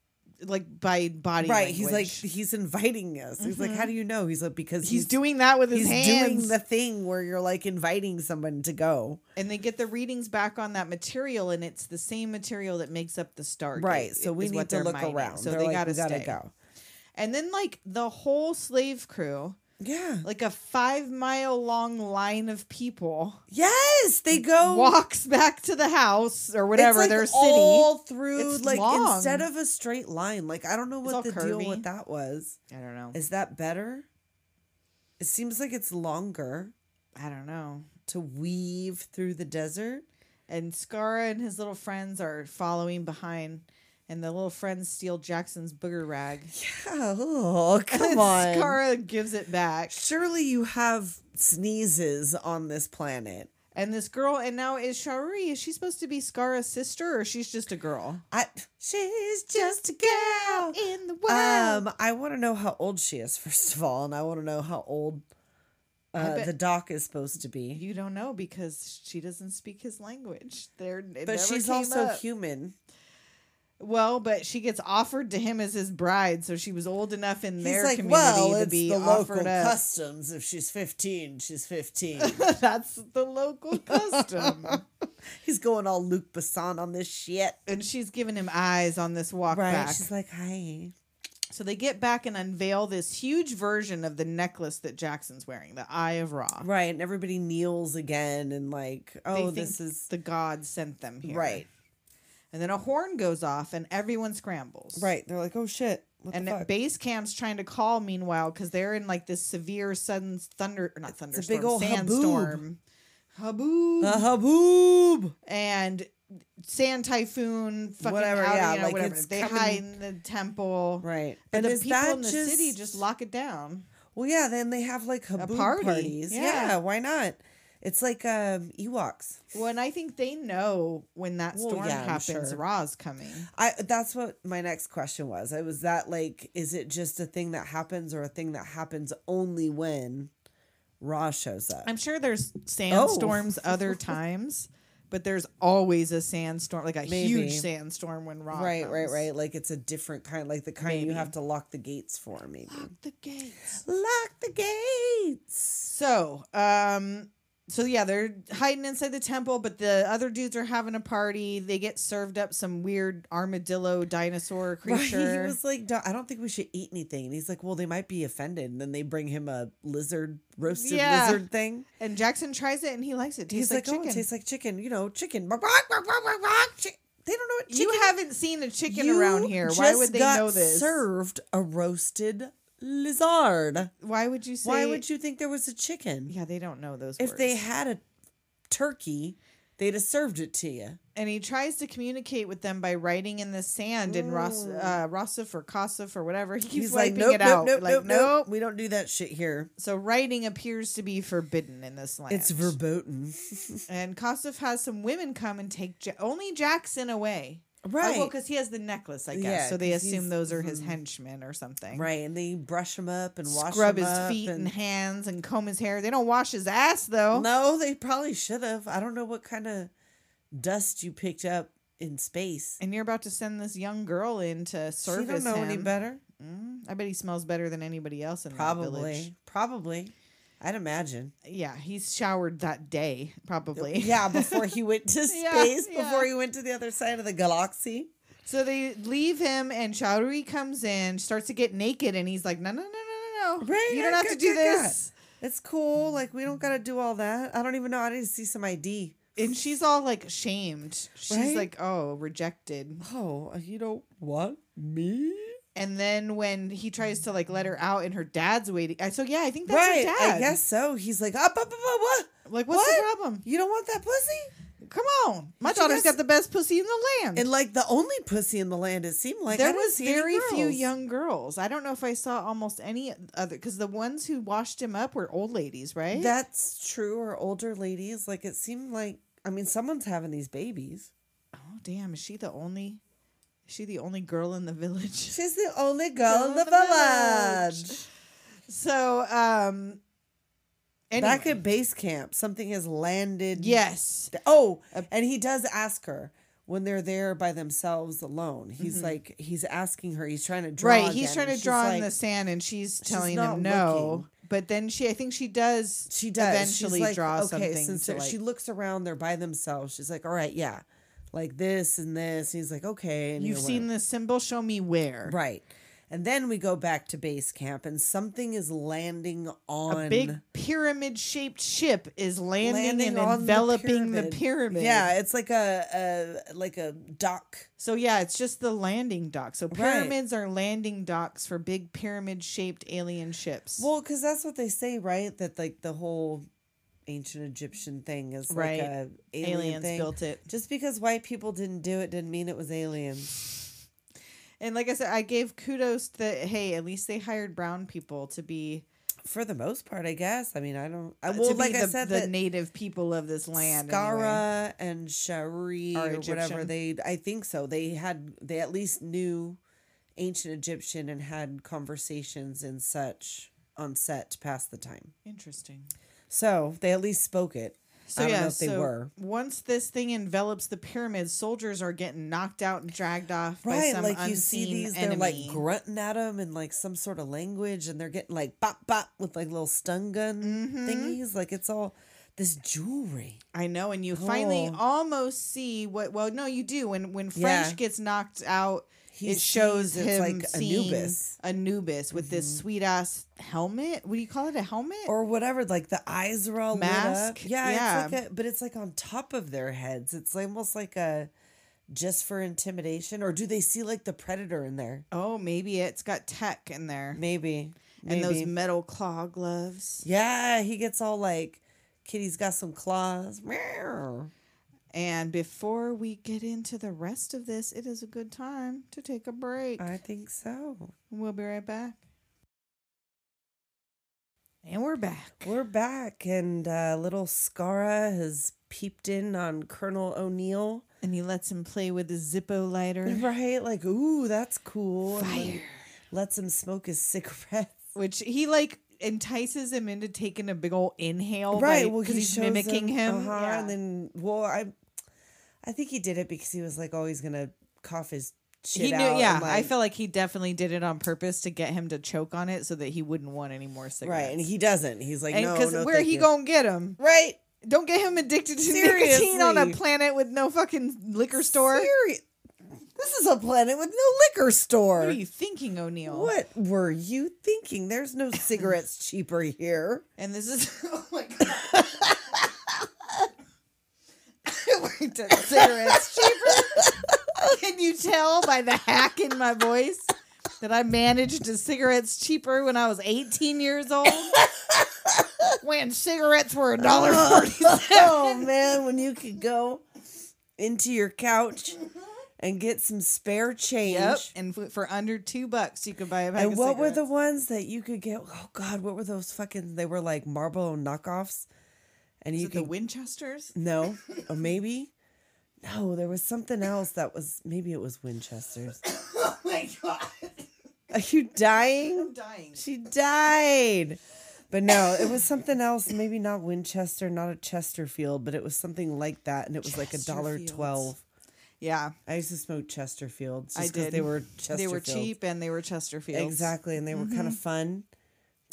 E: like by body.
F: Right? He's like
E: language. Mm-hmm.
F: he's inviting us. He's like, how do you know? He's like because
E: he's doing that with his
F: he's
E: hands.
F: doing the thing where you're like inviting someone to go
E: and they get the readings back on that material, and it's the same material that makes up the Stargate.
F: right so we
E: is what
F: need to
E: they're
F: look
E: mining.
F: around
E: So
F: They're
E: they
F: like,
E: gotta,
F: "We gotta
E: stay.
F: go
E: And then like the whole slave crew,
F: yeah
E: like a five mile long line of people,
F: yes they go
E: walks back to the house or
F: Oh. It's,
E: whatever
F: like,
E: their city.
F: all through
E: It's
F: like
E: long.
F: instead of a straight line like i don't know
E: all
F: what the deal
E: curvy.
F: with that was
E: I don't know.
F: is that better it seems like it's longer
E: I don't know.
F: to weave through the desert
E: And Skara and his little friends are following behind, and the little friends steal Jackson's booger rag.
F: *laughs* oh come
E: *laughs* And
F: on
E: Skara gives it back.
F: surely you have sneezes on this planet
E: And this girl, and now is Shari, is she supposed to be Skara's sister or she's just a girl?
F: I she's just a girl.
E: In the
F: Um, I want to know how old she is *laughs* first of all, and I want to know how old uh,
E: bet-
F: the doc is supposed to be.
E: you don't know because she doesn't speak his language. There,
F: But she's also human.
E: Well, but she gets offered to him as his bride, so she was old enough in
F: He's
E: their
F: like,
E: community
F: well,
E: to
F: it's
E: be
F: the
E: offered
F: local
E: up.
F: customs. If she's 15, she's *laughs* 15.
E: *laughs* That's
F: *laughs*
E: the local custom.
F: He's going all Luke Besson on this shit.
E: and she's giving him eyes on this walk
F: Right.
E: back.
F: She's like, hi.
E: So they get back and unveil this huge version of the necklace that Jackson's wearing, the Eye of Ra.
F: Right. And everybody kneels again and like,
E: They
F: oh,
E: think
F: this is.
E: the god sent them here.
F: Right.
E: And then a horn goes off and everyone scrambles.
F: *laughs* Right. They're like, oh shit. What
E: And
F: the fuck?
E: base camp's trying to call meanwhile because they're in like this severe sudden thunder or not thunderstorm,
F: big ol' haboob. Uh-huh.
E: sandstorm. Haboob.
F: The haboob.
E: and sand typhoon, fucking
F: Whatever,
E: whatever,
F: yeah, like,
E: whatever.
F: it's
E: they
F: coming-
E: hide in the temple,
F: Right.
E: But
F: and
E: the
F: is
E: people
F: that
E: in the
F: just,
E: city just lock it down.
F: Well, yeah. Then they have like haboob
E: party,
F: parties. Yeah.
E: yeah.
F: Why not? It's like um, Ewoks.
E: Well, and I think they know when that
F: Well,
E: storm
F: yeah, I'm
E: happens,
F: sure.
E: Ra's coming.
F: I that's what my next question was. I was that like, is it just a thing that happens or a thing that happens only when Ra shows up?
E: I'm sure there's
F: Oh.
E: sandstorms
F: *laughs*
E: other times, but there's always a sandstorm, like a
F: Maybe.
E: huge sandstorm when Ra
F: right, right,
E: comes.
F: right. Like it's a different kind, like the kind you have to lock the gates for,
E: *gasps*
F: maybe.
E: The gates.
F: Lock the gates.
E: *gasps* So, um, so yeah, they're hiding inside the temple, but the other dudes are having a party. They get served up some weird armadillo dinosaur
F: *laughs* Right.
E: creature.
F: He was like, "Don't- I don't think we should eat anything. And he's like, well, they might be offended. And then they bring him a lizard, roasted
E: Yeah.
F: lizard thing.
E: and Jackson tries it and he likes it.
F: He's like,
E: Tastes like,
F: oh, it
E: chicken.
F: tastes like chicken. You know, chicken. Bark, bark, bark, bark, bark, bark, chick- They don't know what chicken
E: you haven't seen a chicken around here. Why
F: just
E: would they
F: got
E: know this?
F: Served a roasted lizard.
E: Why would you say?
F: Why would you think there was a chicken?
E: Yeah, they don't know those.
F: if
E: words.
F: they had a turkey, they'd have served it to you.
E: and he tries to communicate with them by writing in the sand in Ross, uh, Rossif or Kosif or whatever. *laughs* He keeps
F: He's like,
E: wiping
F: nope,
E: it
F: nope,
E: out.
F: nope,
E: like,
F: nope, nope,
E: nope.
F: We don't do that shit here.
E: So writing appears to be forbidden in this land.
F: It's
E: *laughs*
F: verboten.
E: And Kosov has some women come and take ja- only Jackson away.
F: Right.
E: Oh, well, because he has the necklace, I guess.
F: Yeah,
E: so they
F: 'cause he's- mm-hmm.
E: assume those are his henchmen or something.
F: Right, and they brush him up and wash
E: Scrub
F: him
E: his
F: up
E: feet and... hands and comb his hair. They don't wash his ass, though.
F: No, they probably should have. I don't know what kind of dust you picked up in space.
E: And you're about to send this young girl in to
F: You don't
E: service
F: know
E: him. Mm,
F: any better.
E: I bet he smells better than anybody else in that village.
F: Probably, probably. I'd imagine.
E: Yeah, he's showered that day, probably.
F: Yeah, before he went to
E: Yeah,
F: space,
E: yeah.
F: before he went to the other side of the galaxy.
E: *laughs* So they leave him, and Chowdhury comes in, starts to get naked, and he's like, "No, no, no, no, no, no!
F: Right,
E: you don't
F: yeah,
E: have to
F: good, good,
E: do
F: good."
E: this."
F: It's
E: Mm-hmm.
F: cool. Like we don't gotta do all that. I don't even know. I need to see some ID.
E: and she's all like shamed. She's
F: Right?
E: like, "Oh, rejected."
F: Oh, you don't want me?
E: And then when he tries to like let her out, and her dad's waiting. I- So yeah, I think that's
F: right.
E: her dad.
F: I guess so. He's like, up, up, up, up, what?
E: Like, what's the
F: What?
E: problem?
F: You don't want that pussy?
E: Come on, my
F: But you
E: daughter's
F: guys-
E: got the best pussy in the land.
F: And like the only pussy in the land, it seemed like I
E: there
F: didn't
E: was
F: see any
E: very few
F: girls.
E: young girls. I don't know if I saw almost any other because the ones who washed him up were old ladies, right?
F: That's true. Or older ladies. Like it seemed like I mean, someone's having these babies.
E: oh damn, is she the only? Is she the only girl in the village? *laughs*
F: She's the only girl in
E: in
F: the
E: the village.
F: village.
E: So um, anyway,
F: Back at base camp, something has landed.
E: yes,
F: Oh, and he does ask her when they're there by themselves alone. He's like, he's asking her. He's trying to draw.
E: Mm-hmm. right he's
F: again,
E: trying
F: and
E: to
F: she's
E: draw in
F: like-
E: the sand and she's telling
F: not
E: him no
F: looking.
E: but then she i think she does
F: She does. She's
E: eventually
F: like,
E: draw something
F: Since
E: to
F: they're-
E: like,
F: she looks around, they're by themselves. She's like, all right, yeah, like this and this. And he's like, okay. And you
E: you've
F: know,
E: seen
F: whatever.
E: this symbol show me where
F: right. And then we go back to base camp, and something is landing on
E: a big pyramid shaped ship is landing, and
F: on the
E: enveloping the pyramid.
F: Yeah, it's like a, a like a dock.
E: So yeah, it's just the landing dock. So pyramids are landing docks for big pyramid shaped alien ships.
F: Well, because that's what they say, right? That like the whole ancient Egyptian thing is like
E: Right.
F: a alien
E: Aliens
F: thing.
E: built it.
F: Just because white people didn't do it didn't mean it was aliens.
E: and like I said, I gave kudos that hey, at least they hired brown people to be
F: For the most part, I guess. I mean, I don't. I,
E: Uh, to
F: well,
E: be
F: like
E: the,
F: I said,
E: the
F: that
E: native people of this land. anyway.
F: Skara and Shari
E: Are
F: or whatever
E: Egyptian.
F: they. I think so. They had. They at least knew ancient Egyptian and had conversations and such on set to pass the time.
E: Interesting.
F: So they at least spoke it.
E: So
F: I don't
E: yeah,
F: know if they
E: so
F: were.
E: once this thing envelops the pyramid, soldiers are getting knocked out and dragged off by
F: Right,
E: some
F: like
E: unseen
F: you see these,
E: enemy.
F: they're like grunting at them in like some sort of language, and they're getting like bop bop with like little stun gun
E: Mm-hmm.
F: thingies. Like it's all this jewelry.
E: I know, and you finally
F: Oh.
E: almost see what. Well, no, you do. When when French
F: Yeah.
E: gets knocked out,
F: He
E: it shows
F: sees it's
E: him
F: like
E: seeing
F: Anubis. Mm-hmm.
E: Anubis with this sweet ass helmet. What do you call it? A helmet?
F: Or whatever, like the eyes are all
E: Mask?
F: lit up. Yeah, It's
E: Yeah.
F: like a, but it's like on top of their heads. It's almost like a just for intimidation, or do they see like the predator in there?
E: oh, maybe it's got tech in there
F: Maybe.
E: and those
F: maybe.
E: metal claw gloves.
F: Yeah, he gets all like, Kitty's got some claws. Meow.
E: And before we get into the rest of this, it is a good time to take a break.
F: I think so.
E: We'll be right back. And we're back.
F: We're back, and uh, little Scara has peeped in on Colonel
E: *laughs*
F: O'Neill,
E: And he lets him play with his Zippo
F: *laughs*
E: lighter.
F: right? Like, ooh, that's cool. and then lets him smoke his cigarettes.
E: Which he like entices him into taking a big old inhale.
F: right,
E: by-
F: well,
E: 'cause
F: he
E: he's
F: shows
E: mimicking him.
F: uh-huh,
E: Yeah.
F: and then, well, I, I think he did it because he was like, oh, he's gonna cough his shit
E: he knew,
F: out.
E: yeah.
F: and,
E: I
F: like-
E: feel like he definitely did it on purpose to get him to choke on it so that he wouldn't want any more cigarettes.
F: right, and he doesn't. He's like,
E: and
F: no,
E: because
F: no,
E: where
F: thank
E: he
F: you.
E: gonna get him?
F: Right,
E: Don't get him addicted to nicotine on a
F: Seriously.
E: planet with no fucking liquor store.
F: Seri- This is a planet with no liquor store.
E: What are you thinking, O'Neill?
F: What were you thinking? There's
E: *laughs*
F: no cigarettes cheaper here.
E: And this is *laughs* oh my
F: *laughs*
E: god. *laughs* We're doing cigarettes cheaper. Can you tell by the hack in my voice that I managed to cigarettes cheaper when I was 18 years
F: *laughs*
E: old? when cigarettes were a dollar forty.
F: *laughs* oh man, when you could go into your couch and get some spare change.
E: Yep. And f- for under two bucks, you could buy a pack
F: And
E: of
F: what were the
E: cigarettes.
F: ones that you could get? Oh God, what were those fucking? They were like Marlboro knockoffs, and
E: Is
F: you
E: it the
F: could
E: Winchesters?
F: no,
E: *laughs*
F: or maybe no. There was something else that was maybe it was Winchesters.
E: *coughs* Oh my god!
F: Are you dying?
E: I'm dying.
F: She died. But no, it was something else. Maybe not Winchester, not a Chesterfield, but it was something like that, and it was like a dollar
E: Chesterfields.
F: twelve.
E: Yeah,
F: I used to smoke Chesterfields.
E: I
F: Just 'cause
E: did.
F: They were Chesterfields.
E: they were cheap and they were Chesterfields.
F: exactly, and they were kind of fun.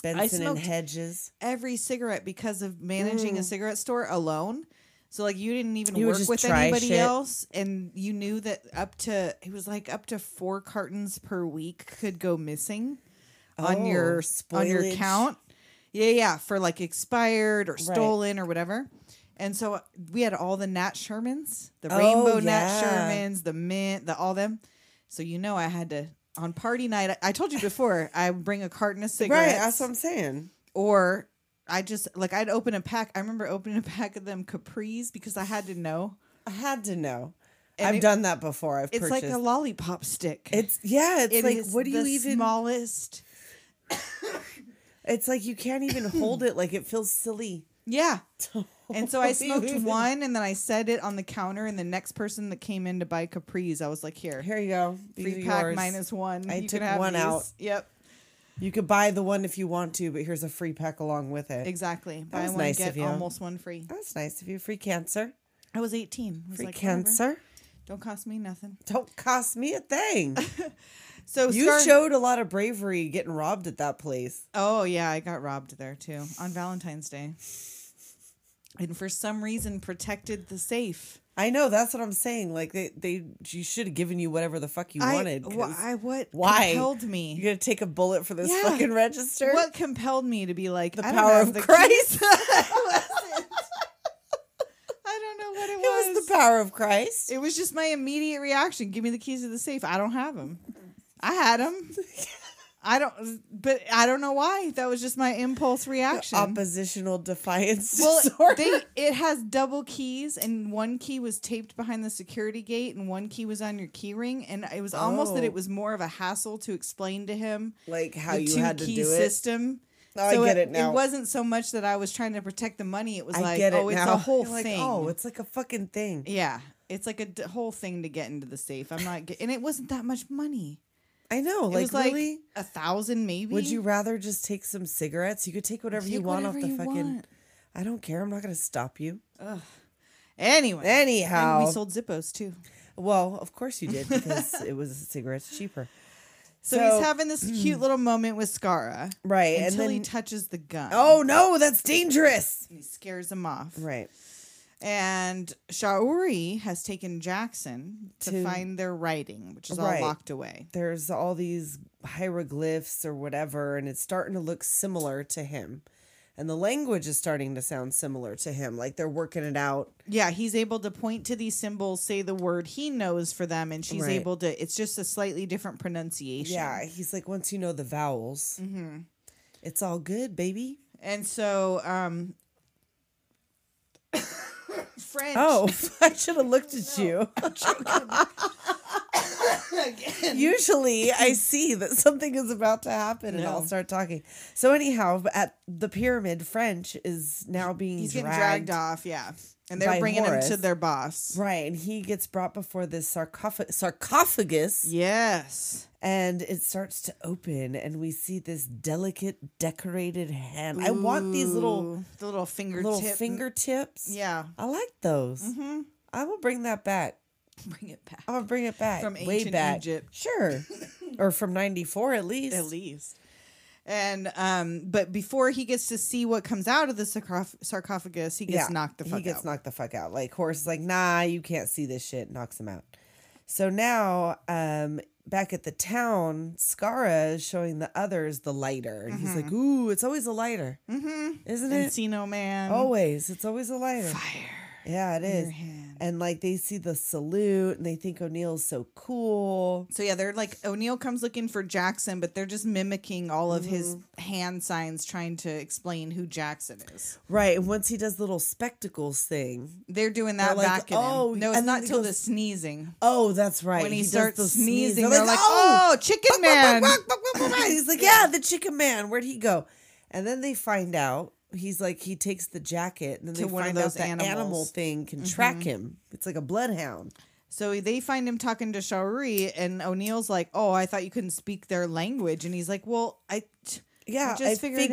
F: Benson and
E: Mm-hmm. smoked-
F: Hedges.
E: every cigarette because of managing a cigarette store alone. So like you didn't even
F: Mm. You would
E: work
F: just
E: with
F: try
E: anybody
F: shit.
E: else, and you knew that up to it was like up to four cartons per week could go missing on
F: Oh,
E: your on your
F: spoilage.
E: count. Yeah, yeah, for like expired or stolen or whatever. And so uh, we had all the Nat Shermans, the
F: Oh,
E: Rainbow Nat
F: yeah.
E: Shermans, the mint, the all them. So you know I had to on party night. I, I told you before I would bring a carton of cigarettes
F: Right, that's what I'm saying.
E: or I just like I'd open a pack. I remember opening a pack of them capris because I had to know.
F: I had to know.
E: And
F: I've
E: it-
F: done that before. I've
E: It's
F: purchased.
E: like a lollipop stick.
F: it's yeah. It's
E: It
F: like
E: is
F: what do you
E: the
F: even?
E: smallest?
F: It's like you can't even hold it. Like it feels silly.
E: Yeah. And
F: *laughs*
E: so I
F: What do you
E: smoked
F: even-
E: one and then I set it on the counter and the next person that came in to buy capris, I was like, here,
F: Here you go. These
E: free
F: are
E: pack
F: yours.
E: minus one.
F: I
E: You can
F: took
E: have
F: one
E: these."
F: out.
E: Yep.
F: You could buy the one if you want to, but here's a free pack along with it.
E: Exactly. Buy
F: was
E: one,
F: nice
E: get
F: of you.
E: almost one free.
F: That's nice of you. Free cancer.
E: I was 18. I was
F: Free
E: like, whatever.
F: cancer.
E: Don't cost me nothing.
F: Don't cost me a
E: *laughs*
F: thing.
E: So
F: you
E: Scar-
F: showed a lot of bravery getting robbed at that place.
E: Oh yeah, I got robbed there too on Valentine's Day. And for some reason protected the safe.
F: I know. That's what I'm saying. Like they, they, you should have given you whatever the fuck you wanted.
E: I,
F: 'cause
E: wh- I what
F: why
E: compelled
F: You
E: me?
F: gonna take a bullet for this
E: Yeah.
F: fucking register?
E: What compelled me to be like
F: The
E: I
F: power
E: don't know
F: of
E: if
F: *laughs*
E: the
F: Christ.
E: I don't know what it was.
F: it was the power of Christ.
E: It was just my immediate reaction. Give me the keys to the safe. I don't have them. I
F: *laughs*
E: had them. I don't, but I don't know why. That was just my impulse reaction.
F: Oppositional defiance *laughs*
E: *laughs* Well,
F: disorder.
E: they it has double keys, and one key was taped behind the security gate, and one key was on your key ring, and it was almost that
F: Oh.
E: it was more of a hassle to explain to him
F: like how
E: the
F: you
E: two
F: had to
E: key
F: do it.
E: system.
F: Oh, I get it now.
E: It wasn't so much that I was trying to protect the money; it was
F: I
E: like,
F: get it
E: oh, it's
F: now.
E: a whole
F: You're like,
E: thing.
F: oh, it's like a fucking thing.
E: yeah, it's like a d- whole thing to get into the safe. I'm not, get- and it wasn't that much money.
F: I know.
E: It
F: Like,
E: was like
F: really?
E: a thousand, maybe.
F: Would you rather just take some cigarettes? You could take whatever you
E: Take
F: want
E: whatever
F: off the
E: you
F: fucking.
E: want.
F: I don't care. I'm not going to stop you.
E: Anyway.
F: Anyhow.
E: And we sold Zippos too.
F: Well, of course you did
E: *laughs*
F: because it was cigarettes cheaper.
E: So, he's having this cute little moment with Scara.
F: mm. right, and
E: Until
F: then
E: he touches the gun.
F: oh no, that's dangerous.
E: And he scares him off.
F: Right,
E: And Shaori has taken Jackson to,
F: To-
E: find their writing, which is
F: Right.
E: all locked away.
F: there's all these hieroglyphs or whatever, and it's starting to look similar to him, and the language is starting to sound similar to him. Like they're working it out.
E: Yeah, he's able to point to these symbols, say the word he knows for them, and she's
F: Right.
E: able to. It's just a slightly different pronunciation.
F: Yeah, he's like, once you know the vowels, it's all good, baby.
E: And so, um, *coughs* French.
F: Oh, *laughs* I should have looked at you. *laughs* Usually, I see that something is about to happen, and I'll
E: No.
F: start talking. So, anyhow, at the pyramid, French is now being
E: he's
F: dragged.
E: getting dragged off. Yeah. And they're
F: by
E: bringing him to
F: Horus.
E: their boss.
F: Right, and he gets brought before this sarcophag- sarcophagus,
E: Yes.
F: and it starts to open, and we see this delicate, decorated hand. I want these little
E: Ooh, the little fingertip.
F: little fingertips.
E: Yeah.
F: I like those. I will bring that back.
E: Mm-hmm. *laughs* Bring it back.
F: I'm gonna bring it back
E: From
F: way
E: ancient
F: back.
E: Egypt. *laughs*
F: Sure, or from '94 at least.
E: At least. And um, but before he gets to see what comes out of the sarcoph- sarcophagus, he gets knocked the fuck
F: he gets
E: out.
F: knocked the fuck out. Like horse is like, nah, you can't see this shit. Knocks him out. So now, um, back at the town, Scara is showing the others the lighter, and he's
E: Mm-hmm.
F: like, ooh, it's always a lighter, mm-hmm. isn't it?
E: Encino man.
F: Always, it's always a lighter.
E: fire.
F: Yeah, it is.
E: hand.
F: And like they see the salute, and they think O'Neill's so cool.
E: So yeah, they're like O'Neill comes looking for Jackson, but they're just mimicking all of his
F: Mm-hmm.
E: hand signs, trying to explain who Jackson is.
F: Right, and once he does the little spectacles thing,
E: They're doing that
F: They're like,
E: back at
F: "Oh,"
E: him. No, it's
F: and then
E: not
F: he
E: till
F: goes-
E: the sneezing.
F: Oh, that's right.
E: When he,
F: does
E: starts
F: the sneeze.
E: sneezing, they're like, "Oh, chicken *laughs* man!"
F: He's like, yeah, the chicken man. Where'd he go? And then they find out. He's like, he takes the jacket, and then
E: To
F: they
E: one of
F: find out
E: those
F: the animal
E: animals. Mm-hmm.
F: thing can track him. It's like a bloodhound.
E: So they find him talking to Shaori, and O'Neill's like, "Oh, I thought you couldn't speak their language," and he's like, "Well, I." t-
F: Yeah, I,
E: just
F: figured, it,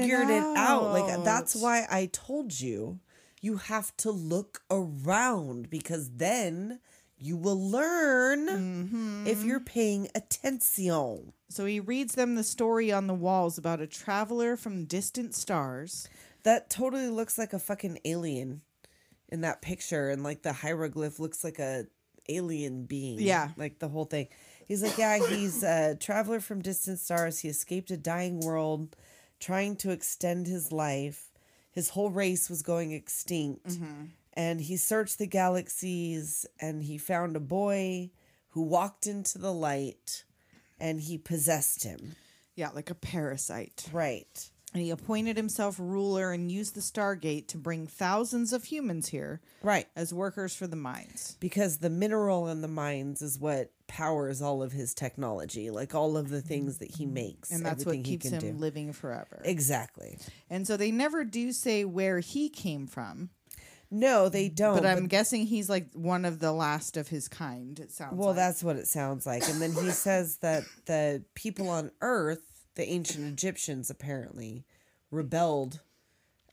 F: out. Like uh, that's why I told you, you have to look around because then you will learn
E: Mm-hmm.
F: if you're paying attention.
E: So he reads them the story on the walls about a traveler from distant stars.
F: That totally looks like a fucking alien in that picture, and like the hieroglyph looks like a alien being.
E: Yeah.
F: like the whole thing. He's like, yeah, he's a traveler from distant stars. He escaped a dying world, trying to extend his life. His whole race was going extinct, and he searched the galaxies, and he found a boy who walked into the light, and he possessed him.
E: Yeah, like a parasite.
F: Right.
E: And he appointed himself ruler and used the Stargate to bring thousands of humans here
F: Right.
E: as workers for the mines.
F: because the mineral in the mines is what powers all of his technology, like all of the things that he makes,
E: Mm-hmm. And that's
F: everything
E: what keeps
F: he
E: him
F: can do.
E: living forever.
F: exactly.
E: and so they never do say where he came from,
F: No, they don't.
E: but I'm guessing he's like one of the last of his kind, it sounds
F: well,
E: like.
F: that's what it sounds like. And
E: *laughs*
F: then he says that the people on Earth, the ancient Egyptians, apparently rebelled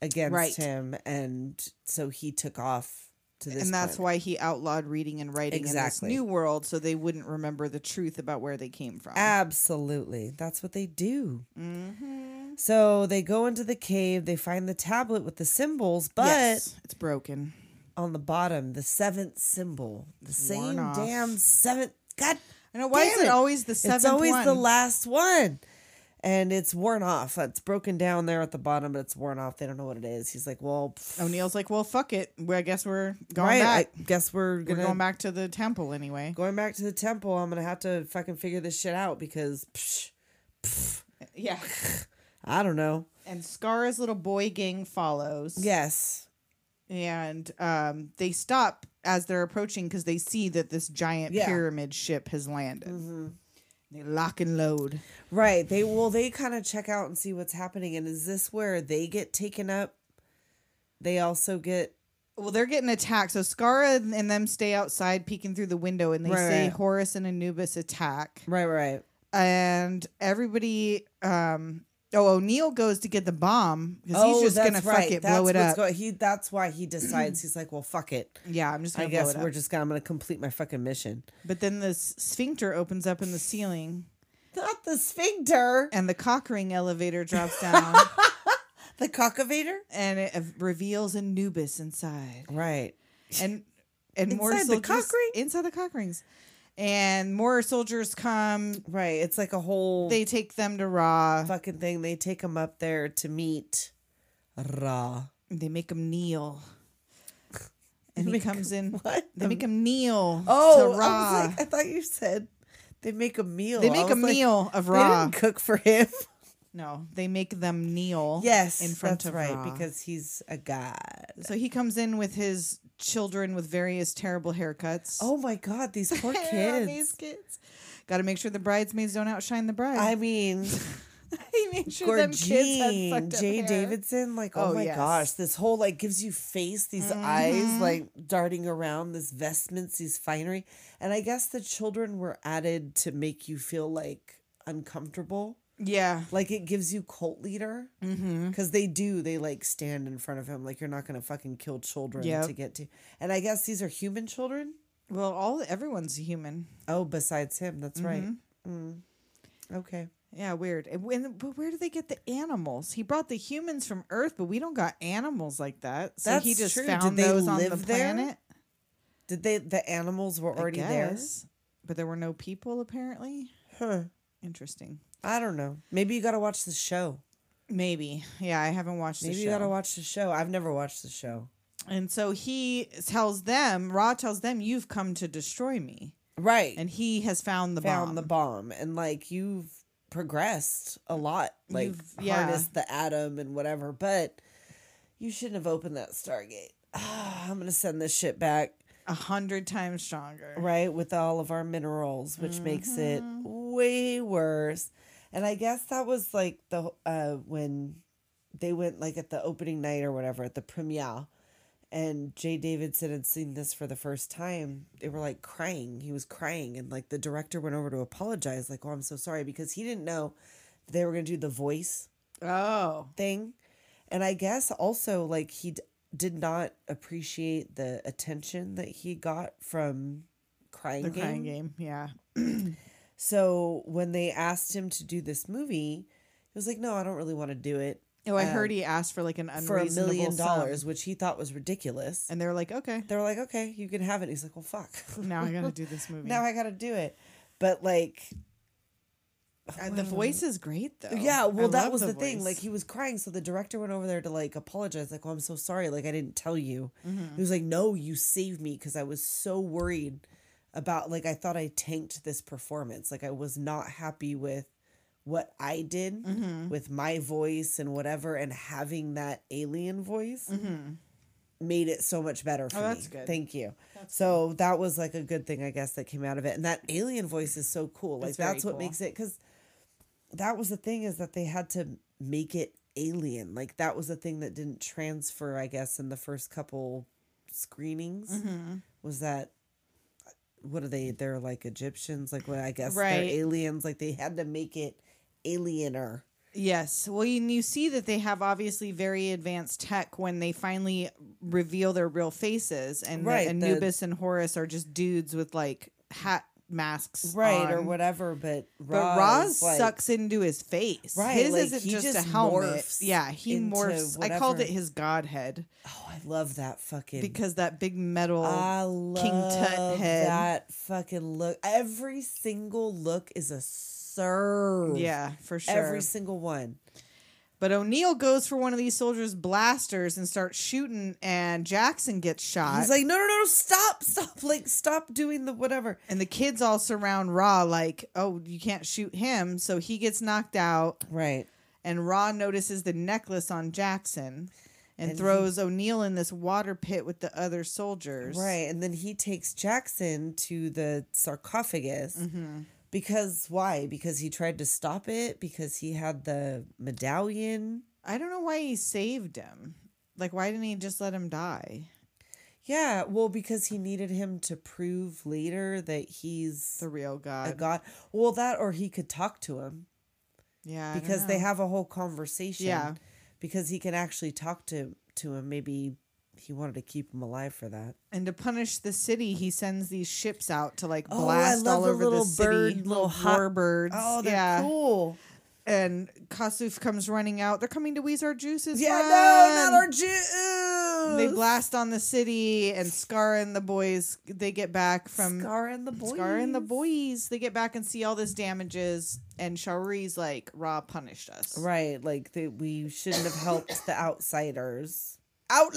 F: against
E: Right.
F: him, and so he took off to this.
E: and that's
F: planet.
E: why he outlawed reading and writing
F: Exactly.
E: in this new world so they wouldn't remember the truth about where they came from.
F: Absolutely. That's what they do.
E: Mm-hmm.
F: So they go into the cave, they find the tablet with the symbols, but
E: yes, it's broken.
F: on the bottom, the seventh symbol, the
E: worn
F: same
E: off.
F: damn seventh. God,
E: I know why
F: damn
E: is it always the seventh
F: It's always the
E: one?
F: last one, and it's worn off. It's broken down there at the bottom, but it's worn off. They don't know what it is. He's like, "Well, pff,
E: O'Neill's like, well, fuck it. Well, I guess we're going
F: right.
E: back.
F: I guess we're
E: we're
F: gonna
E: going back to the temple anyway.
F: going back to the temple. I'm gonna have to fucking figure this shit out because psh,
E: Yeah.
F: I don't know.
E: *laughs* And Scar's little boy gang follows.
F: Yes,
E: And um, they stop as they're approaching because they see that this giant
F: Yeah.
E: pyramid ship has landed. They lock and load.
F: Right. They well, they kind of check out and see what's happening. And is this where they get taken up? They also get
E: Well, they're getting attacked. So Scara and them stay outside peeking through the window and they
F: Right,
E: say
F: right.
E: Horus and Anubis attack.
F: right, right.
E: And everybody um, Oh, O'Neill goes to get the bomb because
F: oh,
E: he's just
F: that's
E: gonna
F: right.
E: fuck it,
F: that's
E: blow it
F: what's
E: up.
F: Going, he that's why
E: *clears throat*
F: he decides he's like, well, fuck it.
E: yeah, I'm just
F: I
E: gonna blow
F: guess
E: it up.
F: we're just gonna I'm gonna complete my fucking mission.
E: But then this sphincter opens up in the ceiling,
F: Not the sphincter,
E: and the cock ring
F: *laughs*
E: elevator drops down,
F: the cockavator.
E: and it uh, reveals Anubis inside.
F: Right.
E: and and more
F: Inside the
E: soldiers
F: cock ring?
E: inside the cock rings, and more soldiers come.
F: Right. It's like a whole
E: They take them to Ra.
F: fucking thing. They take him up there to meet Ra.
E: They make
F: *laughs*
E: them kneel, and he
F: Make
E: comes in.
F: What? Um,
E: They make him kneel.
F: Oh,
E: to
F: I
E: Ra.
F: was like, I thought you said they make a meal.
E: they
F: I
E: make a
F: was like,
E: meal of
F: They
E: Ra.
F: didn't cook for *laughs* him.
E: no, they make them kneel.
F: yes,
E: in front
F: that's
E: of
F: right
E: Ra.
F: because he's a god.
E: so he comes in with his children with various terrible haircuts.
F: Oh *laughs* my god, these poor
E: Yeah,
F: kids.
E: these kids. Got to make sure the bridesmaids don't outshine the bride. *laughs*
F: I *laughs* mean,
E: he makes sure them kids have
F: Gorgine,
E: fucked up
F: Jay
E: hair.
F: Davidson, like, oh,
E: Oh,
F: my
E: yes.
F: gosh, this whole like gives you face, these eyes like darting around, this vestments, these finery. And I guess the children were added to make you feel like uncomfortable.
E: Yeah. mm-hmm.
F: Like it gives you cult leader because they do. They like stand in front of him, like you're not gonna fucking kill children
E: Yep.
F: to get to. And I guess these are human children.
E: Well, all everyone's a human.
F: Oh, besides him, that's right.
E: Mm-hmm.
F: Mm. Okay.
E: Yeah, weird. And when, but where do they get the animals? He brought the humans from Earth, but we don't got animals like that. So he
F: That's
E: just
F: true. Did
E: found
F: they
E: those on the
F: live there?
E: planet.
F: Did they? The animals were
E: I
F: already there.
E: guess. but there were no people apparently.
F: Huh.
E: Interesting.
F: I don't know. Maybe you got to watch the show.
E: Maybe. Yeah, I haven't watched
F: Maybe
E: the
F: you got to
E: show.
F: watch the show. I've never watched the show.
E: and so he tells them, Ra tells them, "You've come to destroy me,"
F: Right. And
E: and he has found the
F: found
E: bomb.
F: the bomb and like you've progressed a lot, like
E: You've- yeah.
F: harnessed the atom and whatever, but you shouldn't have opened that stargate. *sighs* I'm going to send this shit back,
E: a hundred times stronger.
F: right, with all of our minerals, which makes it way worse. And I guess that was like the uh when they went like at the opening night or whatever at the premiere and Jay Davidson had seen this for the first time, they were like crying. He was crying and like the director went over to apologize, like, Oh, I'm so sorry because he didn't know they were gonna do the voice
E: Oh,
F: thing. And I guess also like he d- did not appreciate the attention that he got from crying,
E: the
F: game.
E: crying game. Yeah.
F: So when they asked him to do this movie, he was like, "No, I don't really want to do it
E: Oh, I heard he asked for like an
F: Um, for a
E: unreasonable
F: million
E: sum.
F: dollars," which he thought was ridiculous.
E: and they're like, okay,
F: They were like, "Okay, you can have it." He's like, "Well, fuck.
E: now I *laughs* gotta do this
F: *laughs*
E: movie.
F: now I got to do it." But like,
E: Uh, the voice is great though.
F: yeah, well,
E: I
F: that
E: love
F: was the, thing.
E: voice.
F: Like, he was crying, so the director went over there to like apologize, like, "Oh, I'm so sorry. Like, I didn't tell you."
E: Mm-hmm.
F: He was like, "No, you saved me because I was so worried about like I thought I tanked this performance. Like, I was not happy with what I did
E: Mm-hmm.
F: with my voice and whatever, and having that alien voice." Made it so much better for
E: Mm-hmm. Oh, that's
F: me.
E: good.
F: Thank you. so that was like a good thing, I guess, that came out of it. And that alien voice is so cool. Like
E: It's very
F: that's what
E: cool.
F: makes it because that was the thing is that they had to make it alien. Like that was the thing that didn't transfer, I guess, in the first couple screenings.
E: Mm-hmm.
F: Was that what are they? They're like Egyptians, like what I guess they're
E: Right.
F: aliens. Like they had to make it aliener.
E: yes, well, you, you see that they have obviously very advanced tech when they finally reveal their real faces, and that
F: Right, the-
E: Anubis and Horus are just dudes with like hat masks,
F: Right, or
E: on.
F: whatever, but
E: But Roz sucks into his face.
F: Right,
E: his
F: like,
E: isn't
F: he
E: just,
F: just
E: a helmet.
F: morphs
E: Yeah, he
F: into
E: morphs. I called
F: whatever.
E: it his godhead
F: Oh, I love that fucking
E: because that big metal
F: I love
E: King Tut head.
F: that fucking look. Every single look is a serve.
E: Yeah, for sure.
F: Every single one.
E: But O'Neill goes for one of these soldiers' blasters and starts shooting, and Jackson gets shot.
F: He's like, no, no, no, stop, *laughs* stop, like, stop doing the whatever.
E: and the kids all surround Ra, like, oh, you can't shoot him. So he gets knocked out,
F: Right.
E: and Ra notices the necklace on Jackson
F: And
E: and,
F: he-
E: throws O'Neill in this water pit with the other soldiers.
F: Right. And then he takes Jackson to the sarcophagus.
E: Mm-hmm.
F: Because why? Because he tried to stop it, because he had the medallion.
E: I don't know why he saved him. Like, why didn't he just let him die?
F: Yeah. Well, because he needed him to prove later that he's
E: The real
F: a
E: God.
F: god. Well, that or he could talk to him.
E: Yeah. I don't
F: because they
E: know.
F: have a whole conversation.
E: Yeah.
F: Because he can actually talk to to him. Maybe he wanted to keep him alive for that.
E: and to punish the city, he sends these ships out to like
F: Oh, I
E: blast
F: love
E: all
F: the
E: over
F: little
E: the city.
F: bird, little hot-
E: warbirds.
F: Oh, they're
E: yeah.
F: cool.
E: And Kasuf comes running out. They're coming to Weezer Juice's.
F: Yeah, no,
E: run.
F: not our Jews.
E: They blast on the city, and Scar and the boys they get back from
F: Scar and the boys.
E: Scar and the boys. They get back and see all this damages, and Shari's like, "Ra punished us."
F: Right, like they, we shouldn't have helped the outsiders.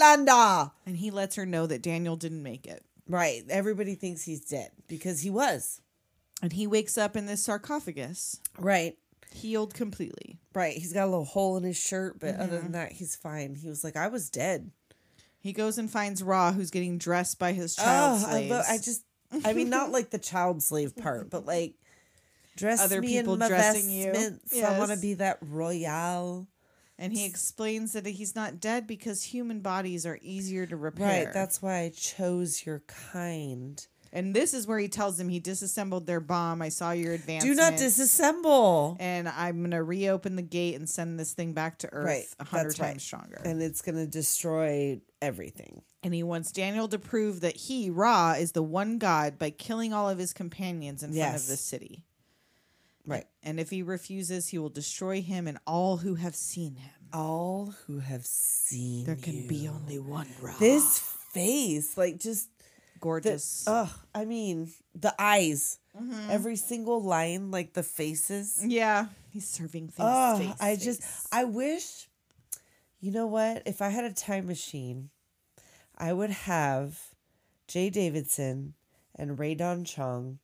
F: Outlander.
E: And he lets her know that Daniel didn't make it.
F: Right, everybody thinks he's dead because he was.
E: And he wakes up in this sarcophagus,
F: Right,
E: healed completely.
F: right. He's got a little hole in his shirt, but other than that, he's fine. He was like, I was dead.
E: He goes and finds Ra, who's getting dressed by his child
F: oh, I,
E: slaves.
F: lo- I just, *laughs* I mean, not like the child slave part, but like dress
E: Other
F: me
E: people
F: in my
E: dressing you.
F: vestments. I want to
E: Yes.
F: be that royale.
E: and he explains that he's not dead because human bodies are easier to repair.
F: Right, that's why I chose your kind.
E: and this is where he tells them he disassembled their bomb. I saw your advancement.
F: Do not disassemble.
E: And I'm gonna reopen the gate and send this thing back to Earth
F: Right,
E: a hundred
F: that's right.
E: times stronger.
F: And it's going to destroy everything.
E: and he wants Daniel to prove that he, Ra, is the one god by killing all of his companions in front
F: Yes.
E: of the city.
F: Right.
E: And if he refuses, he will destroy him and all who have seen him.
F: All who have seen
E: There can
F: you.
E: be only one Ra.
F: this face, like just
E: gorgeous.
F: this. Ugh, I mean, the eyes,
E: Mm-hmm.
F: every single line, like the faces.
E: yeah, he's serving things.
F: oh, Ugh,
E: face,
F: I just,
E: face.
F: I wish. You know what? If I had a time machine, I would have Jay Davidson and Ray Don Chung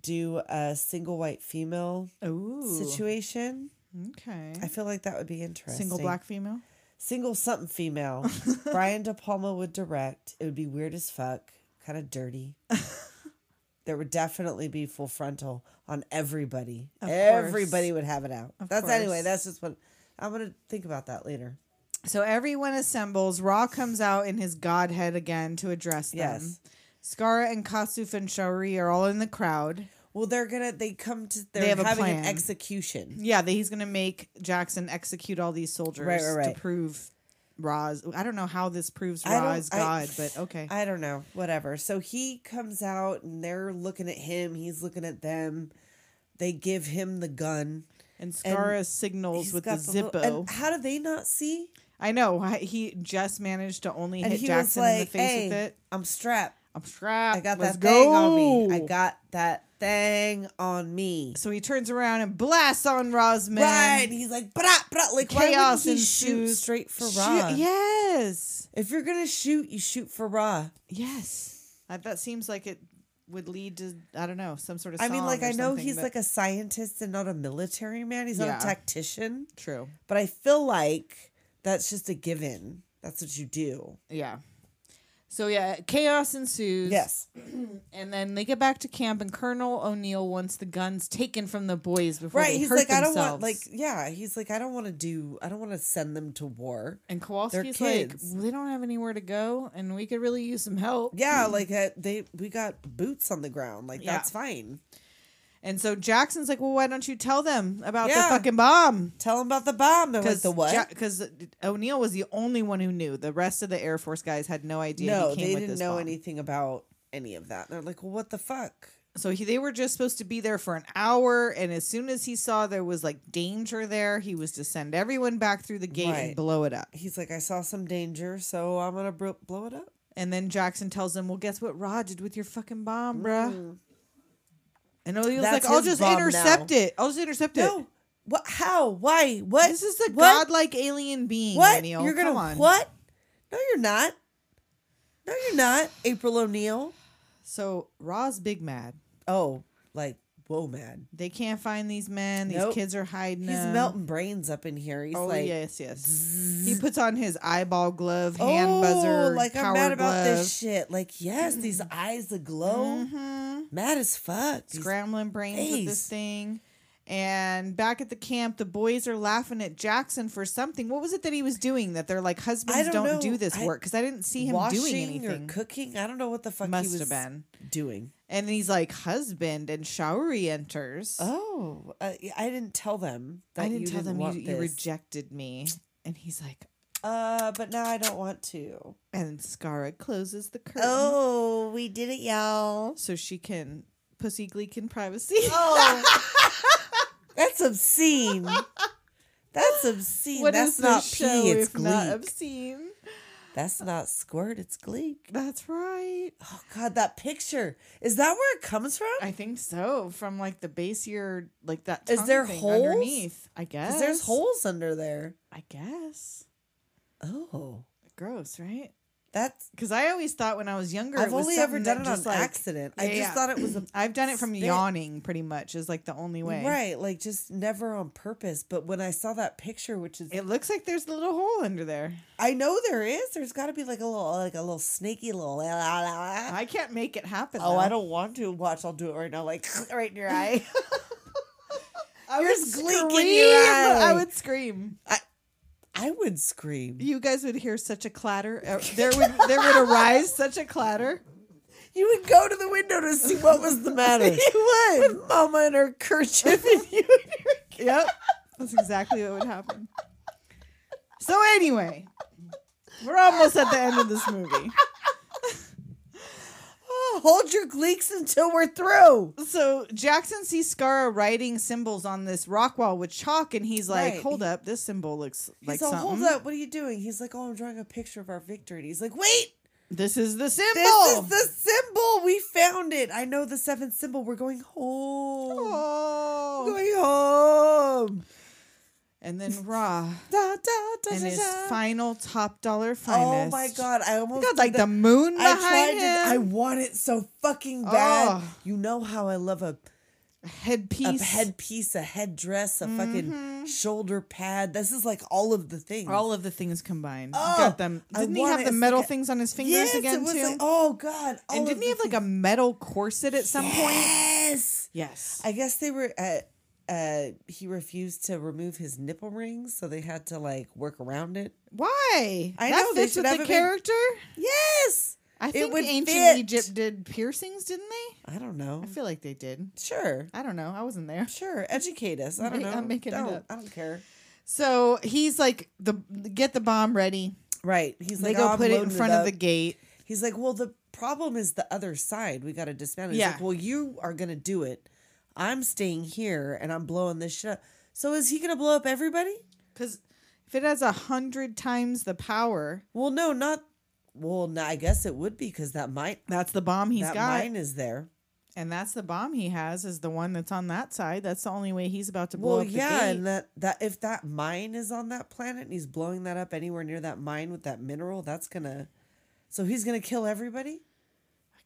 F: do a single white female
E: Ooh,
F: situation.
E: okay.
F: I feel like that would be interesting.
E: Single black female.
F: single something
E: *laughs*
F: female. Brian De Palma would direct. It would be weird as fuck, kind of
E: *laughs*
F: dirty. there would definitely be full frontal on everybody.
E: Of
F: everybody
E: course.
F: would have it out. that's
E: course.
F: anyway. That's just what I'm gonna think about that later.
E: So everyone assembles. Ra comes out in his godhead again to address them.
F: Yes.
E: Skara and Kasuf and Shaori are all in the crowd.
F: Well, they're gonna. They come to. They're
E: have a
F: having an
E: plan.
F: execution.
E: Yeah, that he's going to make Jackson execute all these soldiers
F: Right, right, right.
E: to prove Ra's. I don't know how this proves
F: I
E: Ra
F: don't-
E: is
F: I-
E: God, but okay.
F: I don't know. Whatever. So he comes out and they're looking at him. He's looking at them. They give him the gun.
E: and Skara signals
F: He's
E: with the
F: got
E: Zippo.
F: little- and how do they not see?
E: I know why he just managed to only hit Jackson in the face with it.
F: I'm strapped.
E: I'm strapped.
F: I got
E: Let's
F: that thing on
E: go."
F: me. I got that thing on me.
E: So he turns around and blasts on Ra's man.
F: Right. and He's like, brah, brah. Like,
E: Chaos
F: Chaos why would he shoot
E: ensues.
F: straight for
E: Shoot-
F: Ra?
E: Yes.
F: If you're going to shoot, you shoot for Ra.
E: Yes. That, that seems like it would lead to, I don't know, some sort of
F: I mean, like, I know he's like a scientist and not a military man. He's
E: Yeah.
F: not a tactician.
E: True.
F: But I feel like that's just a given. That's what you do.
E: Yeah. So yeah, chaos ensues.
F: Yes.
E: And then they get back to camp, and Colonel O'Neill wants the guns taken from the boys before
F: Right.
E: they
F: He's
E: hurt
F: like, I don't want,
E: themselves.
F: like, yeah. He's like, I don't want to do, I don't want to send them to war.
E: And Kowalski's like,
F: kids.
E: they don't have anywhere to go, and we could really use some help.
F: Yeah, like uh, they we got boots on the ground. Like
E: Mm-hmm. Yeah.
F: that's fine.
E: And so Jackson's like, well, why don't you tell them about
F: Yeah.
E: the fucking bomb?
F: Tell them about the bomb. They're like
E: Because
F: the what?
E: Because O'Neill was the only one who knew. The rest of the Air Force guys had no idea.
F: no,
E: he came
F: they
E: with
F: didn't
E: this
F: know
E: bomb.
F: anything about any of that. They're like, well, what the fuck?
E: So he, they were just supposed to be there for an hour, and as soon as he saw there was like danger there, he was to send everyone back through the gate and
F: Right.
E: blow it up.
F: He's like, I saw some danger, so I'm gonna bro- blow it up.
E: And then Jackson tells him, "Well, guess what Rod did with your fucking bomb, bruh." And O'Neill's
F: Mm. That's
E: like, "I'll
F: his
E: just
F: bomb
E: intercept it. I'll just intercept it."
F: No, what? How? Why? What?
E: This is a
F: what?
E: godlike alien being,
F: What?
E: O'Neill.
F: You're gonna
E: Come on.
F: what? No, you're not. No, you're not. April O'Neil.
E: So Ra's big mad.
F: Oh, like whoa, man.
E: They can't find these men. These
F: Nope.
E: kids are hiding.
F: He's
E: them.
F: melting brains up in here. He's
E: Oh
F: like, Oh,
E: yes, yes. He puts on his eyeball glove, hand buzzer,
F: like
E: power
F: I'm mad about
E: glove. Mm-hmm.
F: this shit. Like, yes, these eyes aglow, mad as fuck. These-
E: scrambling brains with this
F: face.
E: thing. And back at the camp, the boys are laughing at Jackson for something. What was it that he was doing that they're like, husbands
F: don't
E: don't,
F: know.
E: do this
F: I-
E: work? Because I didn't see him
F: Washing
E: doing
F: or
E: anything.
F: cooking. I don't know what the fuck
E: Must
F: he was
E: have been.
F: doing.
E: And he's like, husband, and Showery enters.
F: Oh, uh, yeah, I didn't tell them. That
E: I didn't
F: you
E: tell them
F: want
E: you, you
F: this.
E: rejected me. And he's like,
F: Uh, but now I don't want to.
E: and Skara closes the curtain
F: Oh, we did it, y'all.
E: so she can pussy gleek in privacy. *laughs*
F: Oh, that's obscene. That's obscene.
E: What is
F: that's
E: this
F: not
E: show
F: pee. It's
E: if not
F: gleek.
E: obscene?
F: That's not squirt. It's gleek.
E: That's right.
F: Oh God, that picture. Is that where it comes from?
E: I think so. From like the base year, like that.
F: Is
E: tongue
F: there
E: thing
F: holes?
E: underneath? I guess
F: Because there's holes under there.
E: I guess.
F: Oh,
E: Gross, right?
F: that's.
E: Because I always thought when I was younger,
F: I've
E: it was
F: only ever
E: something
F: done
E: that
F: it on
E: just, like-
F: accident. I
E: Yeah,
F: just
E: yeah.
F: thought it was *clears throat* a
E: I've done it from
F: spit.
E: yawning, pretty much, is like the only way.
F: right, like just never on purpose. But when I saw that picture, which is
E: It looks like there's a little hole under there.
F: I know there is. There's got to be like a little, like a little snaky little. la, la, la, la.
E: I can't make it happen.
F: Uh, oh,
E: though.
F: I don't want to watch. I'll do it right now, like *laughs* right in your eye.
E: *laughs* I
F: You're
E: would
F: squeaking your
E: scream. I
F: eye.
E: would scream.
F: I would scream.
E: You guys would hear such a clatter. Uh, There would there would arise such
F: *laughs*
E: a clatter.
F: You would go to the window to see what was the *laughs* matter.
E: You would.
F: With Mama and her kerchief.
E: Yep. That's exactly what would happen. So anyway, we're almost at the end of this movie.
F: Oh, hold your gleeks until we're through.
E: So Jackson sees Skara writing symbols on this rock wall with chalk, and he's like,
F: Right.
E: "Hold up, this symbol looks like
F: He's all,
E: something.
F: hold up, what are you doing? He's like, oh, I'm drawing a picture of our victory. And he's like, wait,
E: This is the symbol."
F: this is the symbol. We found it. I know the seventh symbol. We're going home.
E: Oh.
F: We're going home.
E: And then Ra
F: Da, da, da,
E: and
F: da,
E: his
F: da.
E: final top dollar finest.
F: Oh my god! I almost
E: He got
F: did
E: like the moon
F: I
E: behind
F: tried to. I
E: him.
F: want it so fucking bad.
E: Oh.
F: You know how I love a
E: headpiece.
F: a headpiece, a headdress, a fucking shoulder pad. This is like all of the things.
E: Mm-hmm. All of the things combined.
F: Oh,
E: got them.
F: I
E: Didn't he
F: want
E: have
F: it.
E: the
F: It's
E: metal
F: like a-
E: things on his fingers again
F: it was
E: too?
F: like, oh god! all
E: and didn't
F: of
E: he
F: the
E: have like a metal corset at some
F: things.
E: point?
F: Yes.
E: Yes.
F: I guess they were. Uh, uh, he refused to remove his nipple rings, so they had to like work around it.
E: Why?
F: I
E: that
F: know, they
E: fits
F: should
E: with
F: have
E: the
F: it been-
E: character.
F: Yes.
E: I
F: It
E: think
F: would
E: ancient
F: fit.
E: Egypt did piercings, didn't they?
F: I don't know.
E: I feel like they did.
F: Sure.
E: I don't know. I wasn't there.
F: Sure. Educate us. I don't
E: Ma-
F: know.
E: I'm making it
F: don't,
E: up.
F: I don't care.
E: So he's like, the get the bomb ready.
F: Right. He's
E: They
F: like,
E: go
F: "Oh, I'm
E: put it in
F: loading
E: front of
F: up."
E: the gate.
F: He's like, well, the problem is the other side. We got to dismantle. He's
E: Yeah.
F: like, well, you are going to do it. I'm staying here and I'm blowing this shit up. So is he going to blow up everybody?
E: Because if it has a hundred times the power,
F: Well, no, not. Well, no, I guess it would be because that might
E: that's the bomb he's
F: that
E: got.
F: mine is there.
E: And that's the bomb he has is the one that's on that side. That's the only way he's about to blow
F: Well,
E: up the
F: yeah,
E: gate.
F: and that that if that mine is on that planet and he's blowing that up anywhere near that mine with that mineral, that's gonna. So he's gonna kill everybody.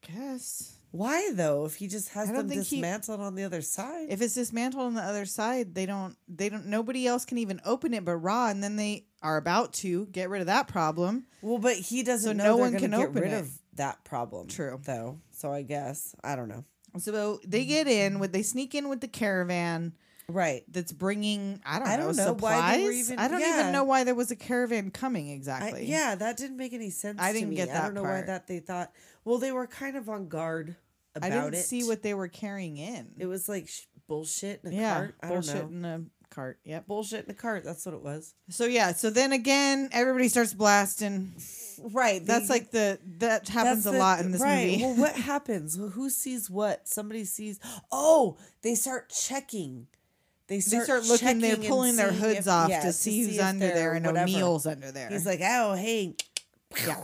E: I guess
F: Why though? If he just has
E: I don't
F: them
E: think he-
F: dismantled on the other side,
E: if it's dismantled on the other side, they don't. They don't. Nobody else can even open it but Ra, and then they are about to get rid of that problem.
F: Well, but he doesn't
E: So
F: know
E: no
F: they're
E: one
F: gonna
E: can
F: get
E: open
F: rid
E: it.
F: of that problem.
E: True.
F: though. So I guess I don't know.
E: So they get in with. They sneak in with the caravan
F: Right.
E: that's bringing. I don't,
F: I don't know
E: supplies.
F: why they were even-
E: I don't
F: yeah.
E: even know why there was a caravan coming
F: I,
E: exactly.
F: yeah, that didn't make any sense.
E: I
F: to
E: didn't
F: me.
E: get
F: I
E: that
F: don't know why
E: part.
F: that they thought. Well, they were kind of on guard about
E: I didn't
F: it.
E: see what they were carrying in.
F: it was like sh- bullshit in a
E: yeah,
F: cart. I
E: bullshit
F: don't know.
E: in a cart. Yep.
F: Bullshit in a cart. That's what it was.
E: So yeah. So then again, everybody starts blasting.
F: Right.
E: That's
F: the-
E: like the that happens
F: that's
E: a
F: the-
E: lot in this
F: right.
E: movie.
F: Well,
E: *laughs*
F: what happens? Well, who sees what? Somebody sees. Oh, they start checking. They
E: they
F: start,
E: start looking, they're
F: checking and
E: pulling their
F: seeing if-
E: hoods off
F: yeah,
E: to see who's
F: if
E: under
F: they're
E: there and
F: whatever.
E: O'Neill's under there.
F: He's like, oh, hey,
E: yeah.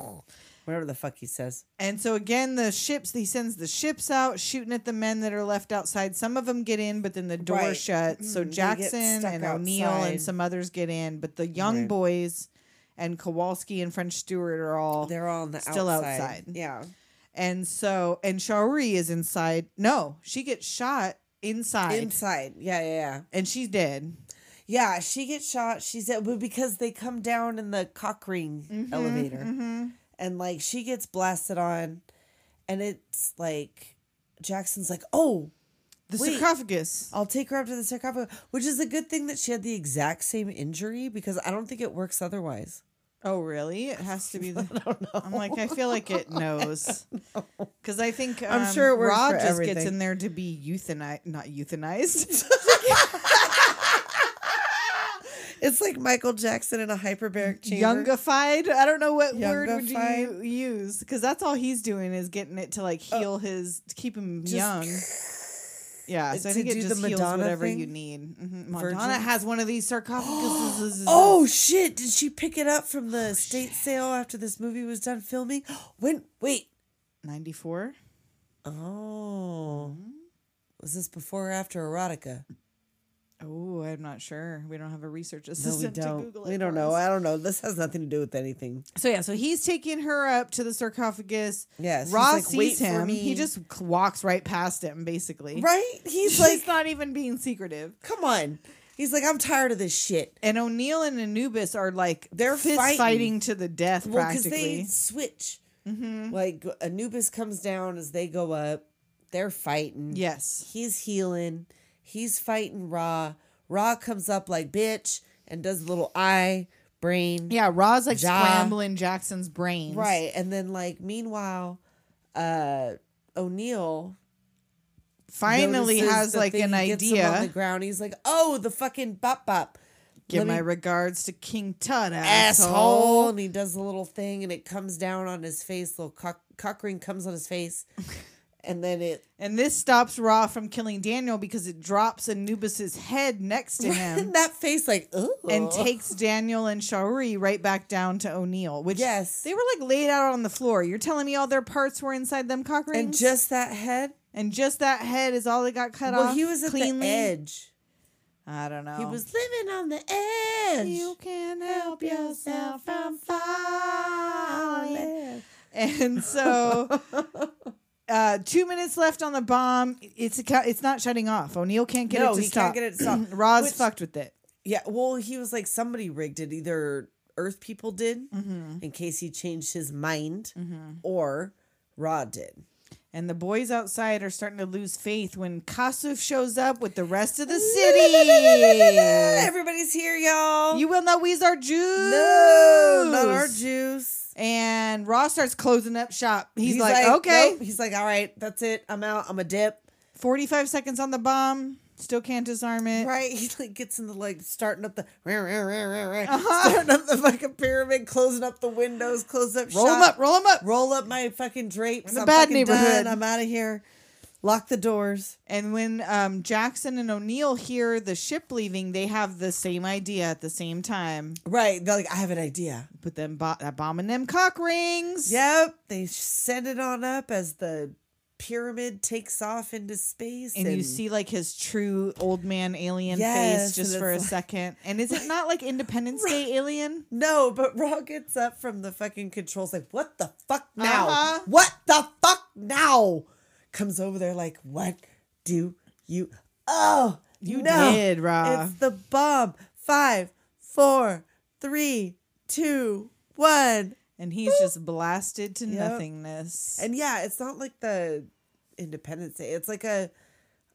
F: whatever the fuck he says.
E: And so again, the ships he sends the ships out, shooting at the men that are left outside. Some of them get in, but then the door
F: Right.
E: shuts. So
F: Mhm. They get
E: Jackson
F: stuck
E: and O'Neill and
F: outside.
E: some others get in, but the young
F: Right.
E: boys and Kowalski and French Stewart are all
F: They're all on the
E: Still
F: outside.
E: outside.
F: Yeah.
E: And so and Shaori is inside. No, she gets shot inside,
F: Inside. Yeah, yeah, yeah.
E: and she's dead.
F: Yeah, she gets shot. She's at well, because they come down in the Cochrane elevator. And like she gets blasted on and it's like Jackson's like, "Oh,
E: The
F: Wait.
E: sarcophagus.
F: I'll take her up to the sarcophagus, which is a good thing that she had the exact same injury because I don't think it works otherwise.
E: Oh, really? It has *laughs* to be. The, I don't know. I'm like, I feel like *laughs* it knows. Because I, think um,
F: I'm sure it works
E: Rob
F: for
E: just gets
F: everything.
E: in there to be euthanized, not *laughs* euthanized.
F: It's like Michael Jackson in a hyperbaric chamber.
E: Youngified. I don't know what word would you
F: Youngified? Oh.
E: use because that's all he's doing is getting it to like heal his to keep
F: *sighs*
E: him young. Yeah, so
F: To
E: I think it
F: do the
E: just heals
F: Madonna
E: whatever you
F: thing?
E: need. hmm Madonna
F: Virgin?
E: has one of these sarcophaguses.
F: *gasps* Oh shit! Did she pick it up from the estate sale after this movie was done filming? *gasps* When? Wait.
E: 94?
F: Oh. Was this before or after erotica?
E: Oh, I'm not sure. We don't have a research
F: No, we
E: assistant to
F: don't.
E: Google it.
F: We
E: for
F: don't know.
E: us.
F: I don't know. This has nothing to do with anything.
E: So yeah, so he's taking her up to the sarcophagus.
F: Yes, he's
E: Ross
F: like, "Wait
E: sees
F: for
E: him.
F: me."
E: He just c- walks right past him, basically. *laughs*
F: Right? He's *laughs*
E: He's
F: like,
E: not even being secretive.
F: come on. He's like, I'm tired of this shit.
E: And O'Neill and Anubis are like
F: They're
E: fist
F: fighting.
E: fighting. to the death
F: Well, because they
E: practically.
F: switch. Like Anubis comes down as they go up. They're fighting.
E: Yes.
F: He's healing. He's fighting Ra. Ra comes up like bitch and does a little eye brain.
E: Yeah, Ra's like
F: Ja.
E: scrambling Jackson's brains.
F: Right. And then like meanwhile, uh O'Neill
E: Finally
F: notices
E: has
F: the
E: like
F: thing,
E: an
F: gets him on the
E: idea.
F: ground. He's like, "Oh, the fucking bop bop
E: Give
F: Let
E: my
F: me-
E: regards to King Tut,
F: asshole,"
E: asshole.
F: and he does a little thing, and it comes down on his face. Little cock, cock ring comes on his
E: *laughs*
F: face, and then it *laughs*
E: And this stops Ra from killing Daniel because it drops Anubis's head next
F: *laughs*
E: to him.
F: and that face like Ooh.
E: and takes Daniel and Shaori right back down to O'Neill, which
F: Yes.
E: they were like laid out on the floor. You're telling me all their parts were inside them cock rings,
F: and just that head.
E: and just that head is all that got cut off.
F: Well, he was at the
E: cleanly?
F: edge.
E: I don't know.
F: He was living on the edge.
E: You can help yourself from falling.
F: Yeah. *laughs*
E: And so, uh, two minutes left on the bomb. It's a, ca- it's not shutting off. O'Neill can't get
F: No,
E: it to
F: he can't
E: stop.
F: get it to
E: *clears throat*
F: stop.
E: Ra's
F: Which-
E: fucked with it.
F: Yeah, well, he was like somebody rigged it. Either Earth people did,
E: Mm-hmm.
F: in case he changed his mind, or Ra did.
E: And the boys outside are starting to lose faith when Kasuf shows up with the rest of the city.
F: *laughs* Everybody's here, y'all.
E: you will not wheeze our Jews.
F: no, not our juice.
E: And Ross starts closing up shop. He's, like, okay,
F: nope. He's like, all right, that's it. I'm out. I'm a dip.
E: 45 seconds on the bomb. Still can't disarm it.
F: Right? He like gets in the like starting up the
E: Uh-huh.
F: starting up the fucking pyramid, closing up the windows, close up
E: Roll him
F: shop.
E: up, roll him up.
F: roll up my fucking drapes.
E: the
F: I'm
E: bad
F: fucking
E: neighborhood.
F: done. I'm out of here. Lock the doors.
E: And when um, Jackson and O'Neill hear the ship leaving, they have the same idea at the same time.
F: Right. They're like, I have an idea.
E: Put them bo- that bomb in them cock rings.
F: Yep. They send it on up as the pyramid takes off into space.
E: and you see like his true old man alien
F: Yes,
E: face just
F: and
E: for a
F: it's like-
E: second. And is it not
F: *laughs*
E: like Independence Day alien?
F: No, but Raw gets up from the fucking controls like, what the fuck now?
E: Uh-huh.
F: What the fuck now? Comes over there like, what do you? Oh,
E: You
F: no.
E: did, Ra.
F: It's the bomb. Five, four, three, two, one.
E: And he's just blasted to
F: Yep.
E: nothingness.
F: And yeah, it's not like the Independence Day. It's like a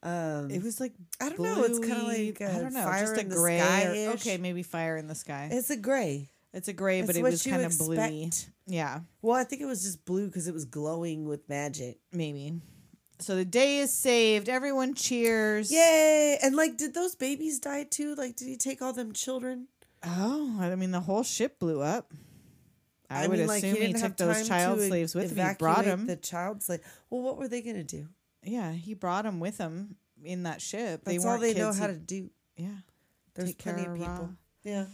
F: um,
E: it was like
F: I don't know, it's kinda
E: bluey-
F: like a
E: I don't know,
F: fire
E: just a
F: in the
E: gray.
F: sky-ish.
E: or- okay, maybe fire in the sky. It's,
F: it's a gray.
E: a gray, but
F: it's
E: it
F: what
E: was
F: you
E: kind of bluey.
F: expect.
E: Yeah,
F: Well, I think it was just blue because it was glowing with magic.
E: maybe. So the day is saved. Everyone cheers.
F: Yay! And like, did those babies die too? Like, did he take all them children?
E: Oh, I mean, the whole ship blew up. I, would assume he,
F: didn't have
E: took
F: time
E: those child
F: to
E: slaves with him. He brought
F: evacuate
E: them.
F: The child slave. Well, what were they gonna do?
E: Yeah, he brought him with him in that ship.
F: That's
E: they
F: all
E: weren't
F: they know
E: kids.
F: how
E: He-
F: to do.
E: yeah.
F: There's
E: take care
F: plenty of
E: of Ra.
F: people. Yeah.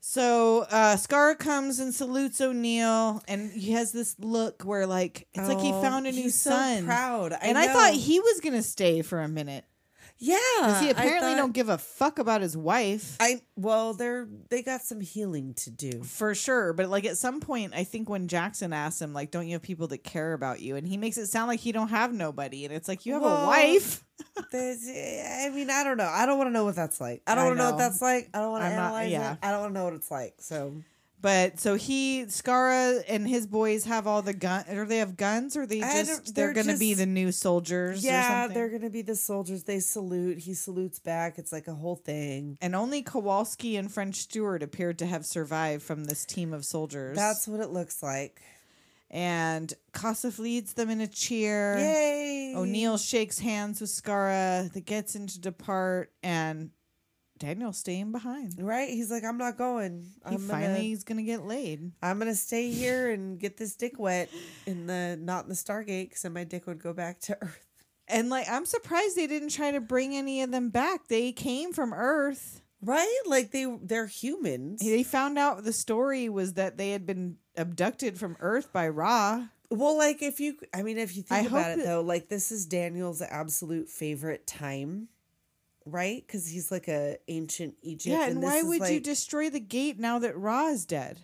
E: So uh, Scar comes and salutes O'Neill, and he has this look where like it's like he
F: Oh,
E: found a new
F: he's so
E: son.
F: proud. I
E: and I thought
F: know.
E: he was gonna stay for a minute.
F: Yeah.
E: 'Cause he
F: I
E: apparently
F: thought-
E: don't give a fuck about his wife
F: I well, they're they got some healing to
E: *laughs*
F: do.
E: for sure. But like at some point, I think when Jackson asks him like, "Don't you have people that care about you?" and he makes it sound like he don't have nobody, and it's like you have a
F: Well,
E: wife.
F: There's- eh, I mean, I don't know. I don't want to know what that's like. I don't
E: I
F: want to know.
E: know.
F: what that's like. I don't want to
E: I'm not-
F: analyze
E: yeah.
F: it. I don't want to know what it's like. So
E: But so he Skara and his boys have all the gun or they have guns or they
F: I
E: just
F: don't-
E: they're,
F: they're
E: gonna be
F: just-
E: the new soldiers or
F: Yeah,
E: something.
F: they're gonna be the soldiers. They salute. He salutes back. It's like a whole thing.
E: and only Kowalski and French Stewart appeared to have survived from this team of soldiers.
F: That's what it looks like.
E: and Kossoff leads them in a cheer.
F: Yay!
E: O'Neill shakes hands with Skara. That gets him to depart, and Daniel's staying behind.
F: Right? He's like, I'm not going.
E: He
F: I'm
E: finally
F: Gonna,
E: is gonna get laid.
F: I'm gonna stay here and get this dick wet in the not in the Stargate, because then my dick would go back to Earth.
E: And like, I'm surprised they didn't try to bring any of them back. They came from Earth.
F: Right? Like they they're humans.
E: They found out the story was that they had been abducted from Earth by Ra.
F: Well, like if you, I mean, if you
E: I
F: think about
E: hope
F: it
E: that-
F: though, like this is Daniel's absolute favorite time, right? Because he's like a ancient Egypt.
E: Yeah, and,
F: this
E: why
F: is,
E: would you
F: like-
E: destroy the gate now that Ra is dead?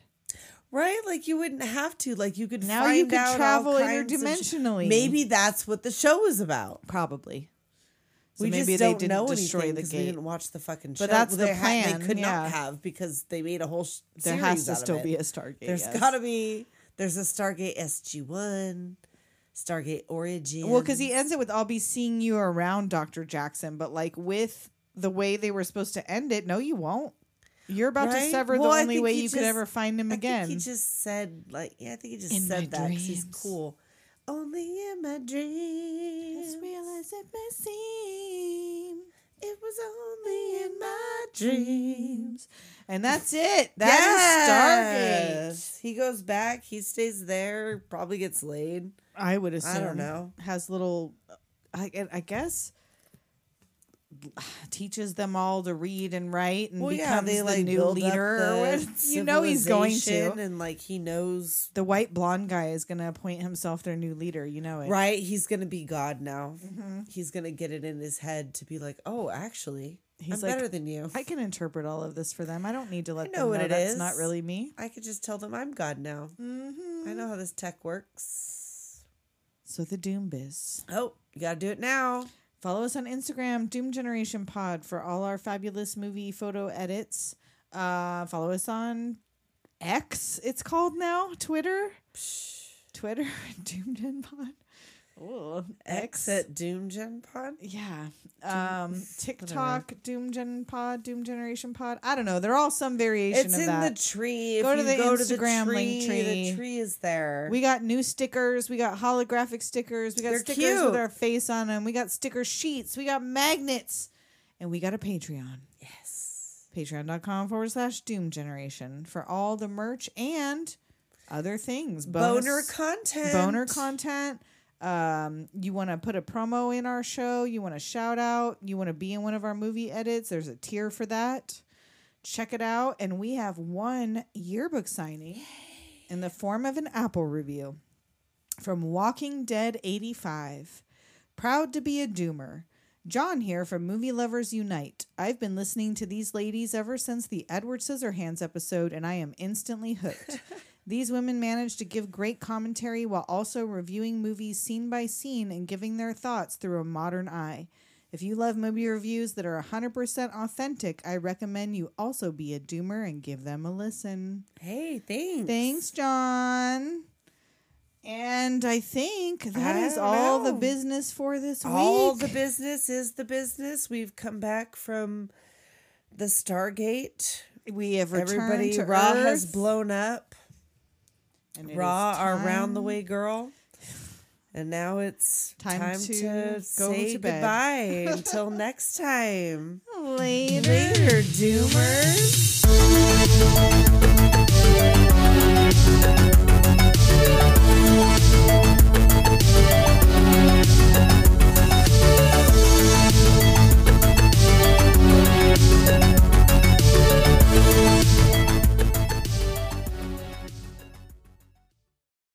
F: right? Like you wouldn't have to. Like you could
E: Now you
F: find
E: could
F: out all
E: travel
F: kinds of sh-
E: interdimensionally.
F: Maybe that's what the show is about.
E: Probably. So
F: we
E: maybe
F: just
E: they
F: don't
E: didn't
F: know
E: destroy
F: anything
E: the
F: 'cause
E: gate.
F: we didn't watch the fucking show.
E: that's the
F: they ha-
E: plan,
F: they could
E: yeah.
F: not have because they made a whole. Sh-
E: There
F: series
E: has to
F: out of
E: still
F: it.
E: be a Stargate.
F: There's
E: yes.
F: got to be. There's a Stargate SG One, Stargate Origin.
E: Well, because he ends it with "I'll be seeing you around, Doctor Jackson," but like with the way they were supposed to end it, no, you won't. You're about to
F: Right?
E: sever
F: Well,
E: the
F: I
E: only
F: think
E: way
F: he
E: you could
F: just-
E: ever find him
F: I
E: again.
F: Think he just said like, yeah, I think he just
E: In my
F: said that 'cause he's
E: dreams.
F: cool. Only in my dreams,
E: As real as it may seem,
F: it was only in my dreams.
E: dreams, and that's it. That is Stargate.
F: Yes. He goes back. He stays there. Probably gets laid.
E: I would assume.
F: know.
E: Has little, uh, I, and I guess, *sighs* teaches them all to read and write and becomes the new
F: build up
E: leader. or
F: the
E: what- *laughs* you know he's going to.
F: civilization and like he knows,
E: the white blonde guy is going to appoint himself their new leader. You know it. Mm-hmm.
F: right? He's gonna be God now. He's gonna get it in his head to be like, oh, actually,
E: He's
F: I'm
E: like,
F: better than you.
E: I can interpret all of this for them. I don't need to let
F: know
E: them
F: what
E: know
F: it
E: that's
F: is.
E: not really me.
F: I could just tell them I'm God now.
E: Mm-hmm.
F: I know how this tech works.
E: So the Doom Biz.
F: Oh, you gotta do it now.
E: Follow us on Instagram, Doom Generation Pod, for all our fabulous movie photo edits. Uh, follow us on X, it's called now, Twitter. Twitter, *laughs* Doom Gen Pod. Oh,
F: X at Doom Gen Pod.
E: Yeah. Um, TikTok, Doom Gen Pod, Doom Generation Pod. I don't know. They're all some variation
F: It's
E: of
F: in
E: that.
F: the tree. If
E: Go to
F: you
E: the
F: go
E: Instagram
F: to the
E: link
F: tree,
E: tree.
F: The tree is there.
E: we got new stickers. We got holographic stickers. We got
F: They're
E: stickers
F: cute.
E: with our face on them. We got sticker sheets. We got magnets. And we got a Patreon.
F: yes.
E: Patreon.com forward slash Doom Generation for all the merch and other things. Bonus-
F: Boner content.
E: boner content. Um, you want to put a promo in our show, you want to shout out, you want to be in one of our movie edits, there's a tier for that. Check it out. And we have one yearbook signing in the form of an Apple review from Walking Dead 85. Proud to be a doomer. John here from Movie Lovers Unite. I've been listening to these ladies ever since the Edward Scissorhands episode, and I am instantly hooked. these women manage to give great commentary while also reviewing movies scene by scene and giving their thoughts through a modern eye. If you love movie reviews that are 100% authentic, I recommend you also be a doomer and give them a listen.
F: Hey, thanks.
E: Thanks, John. And I think that is
F: I don't
E: all the
F: know.
E: business for this
F: All
E: week.
F: the business is the business. We've come back from the Stargate.
E: we have returned
F: Everybody,
E: to
F: Ra has
E: Earth,
F: blown up.
E: and it is
F: Raw, our
E: time-
F: round the way girl. And now it's
E: Time
F: time,
E: to
F: to,
E: go
F: say
E: to bed.
F: goodbye.
E: *laughs*
F: Until next time.
E: Later.
F: Later, doomers.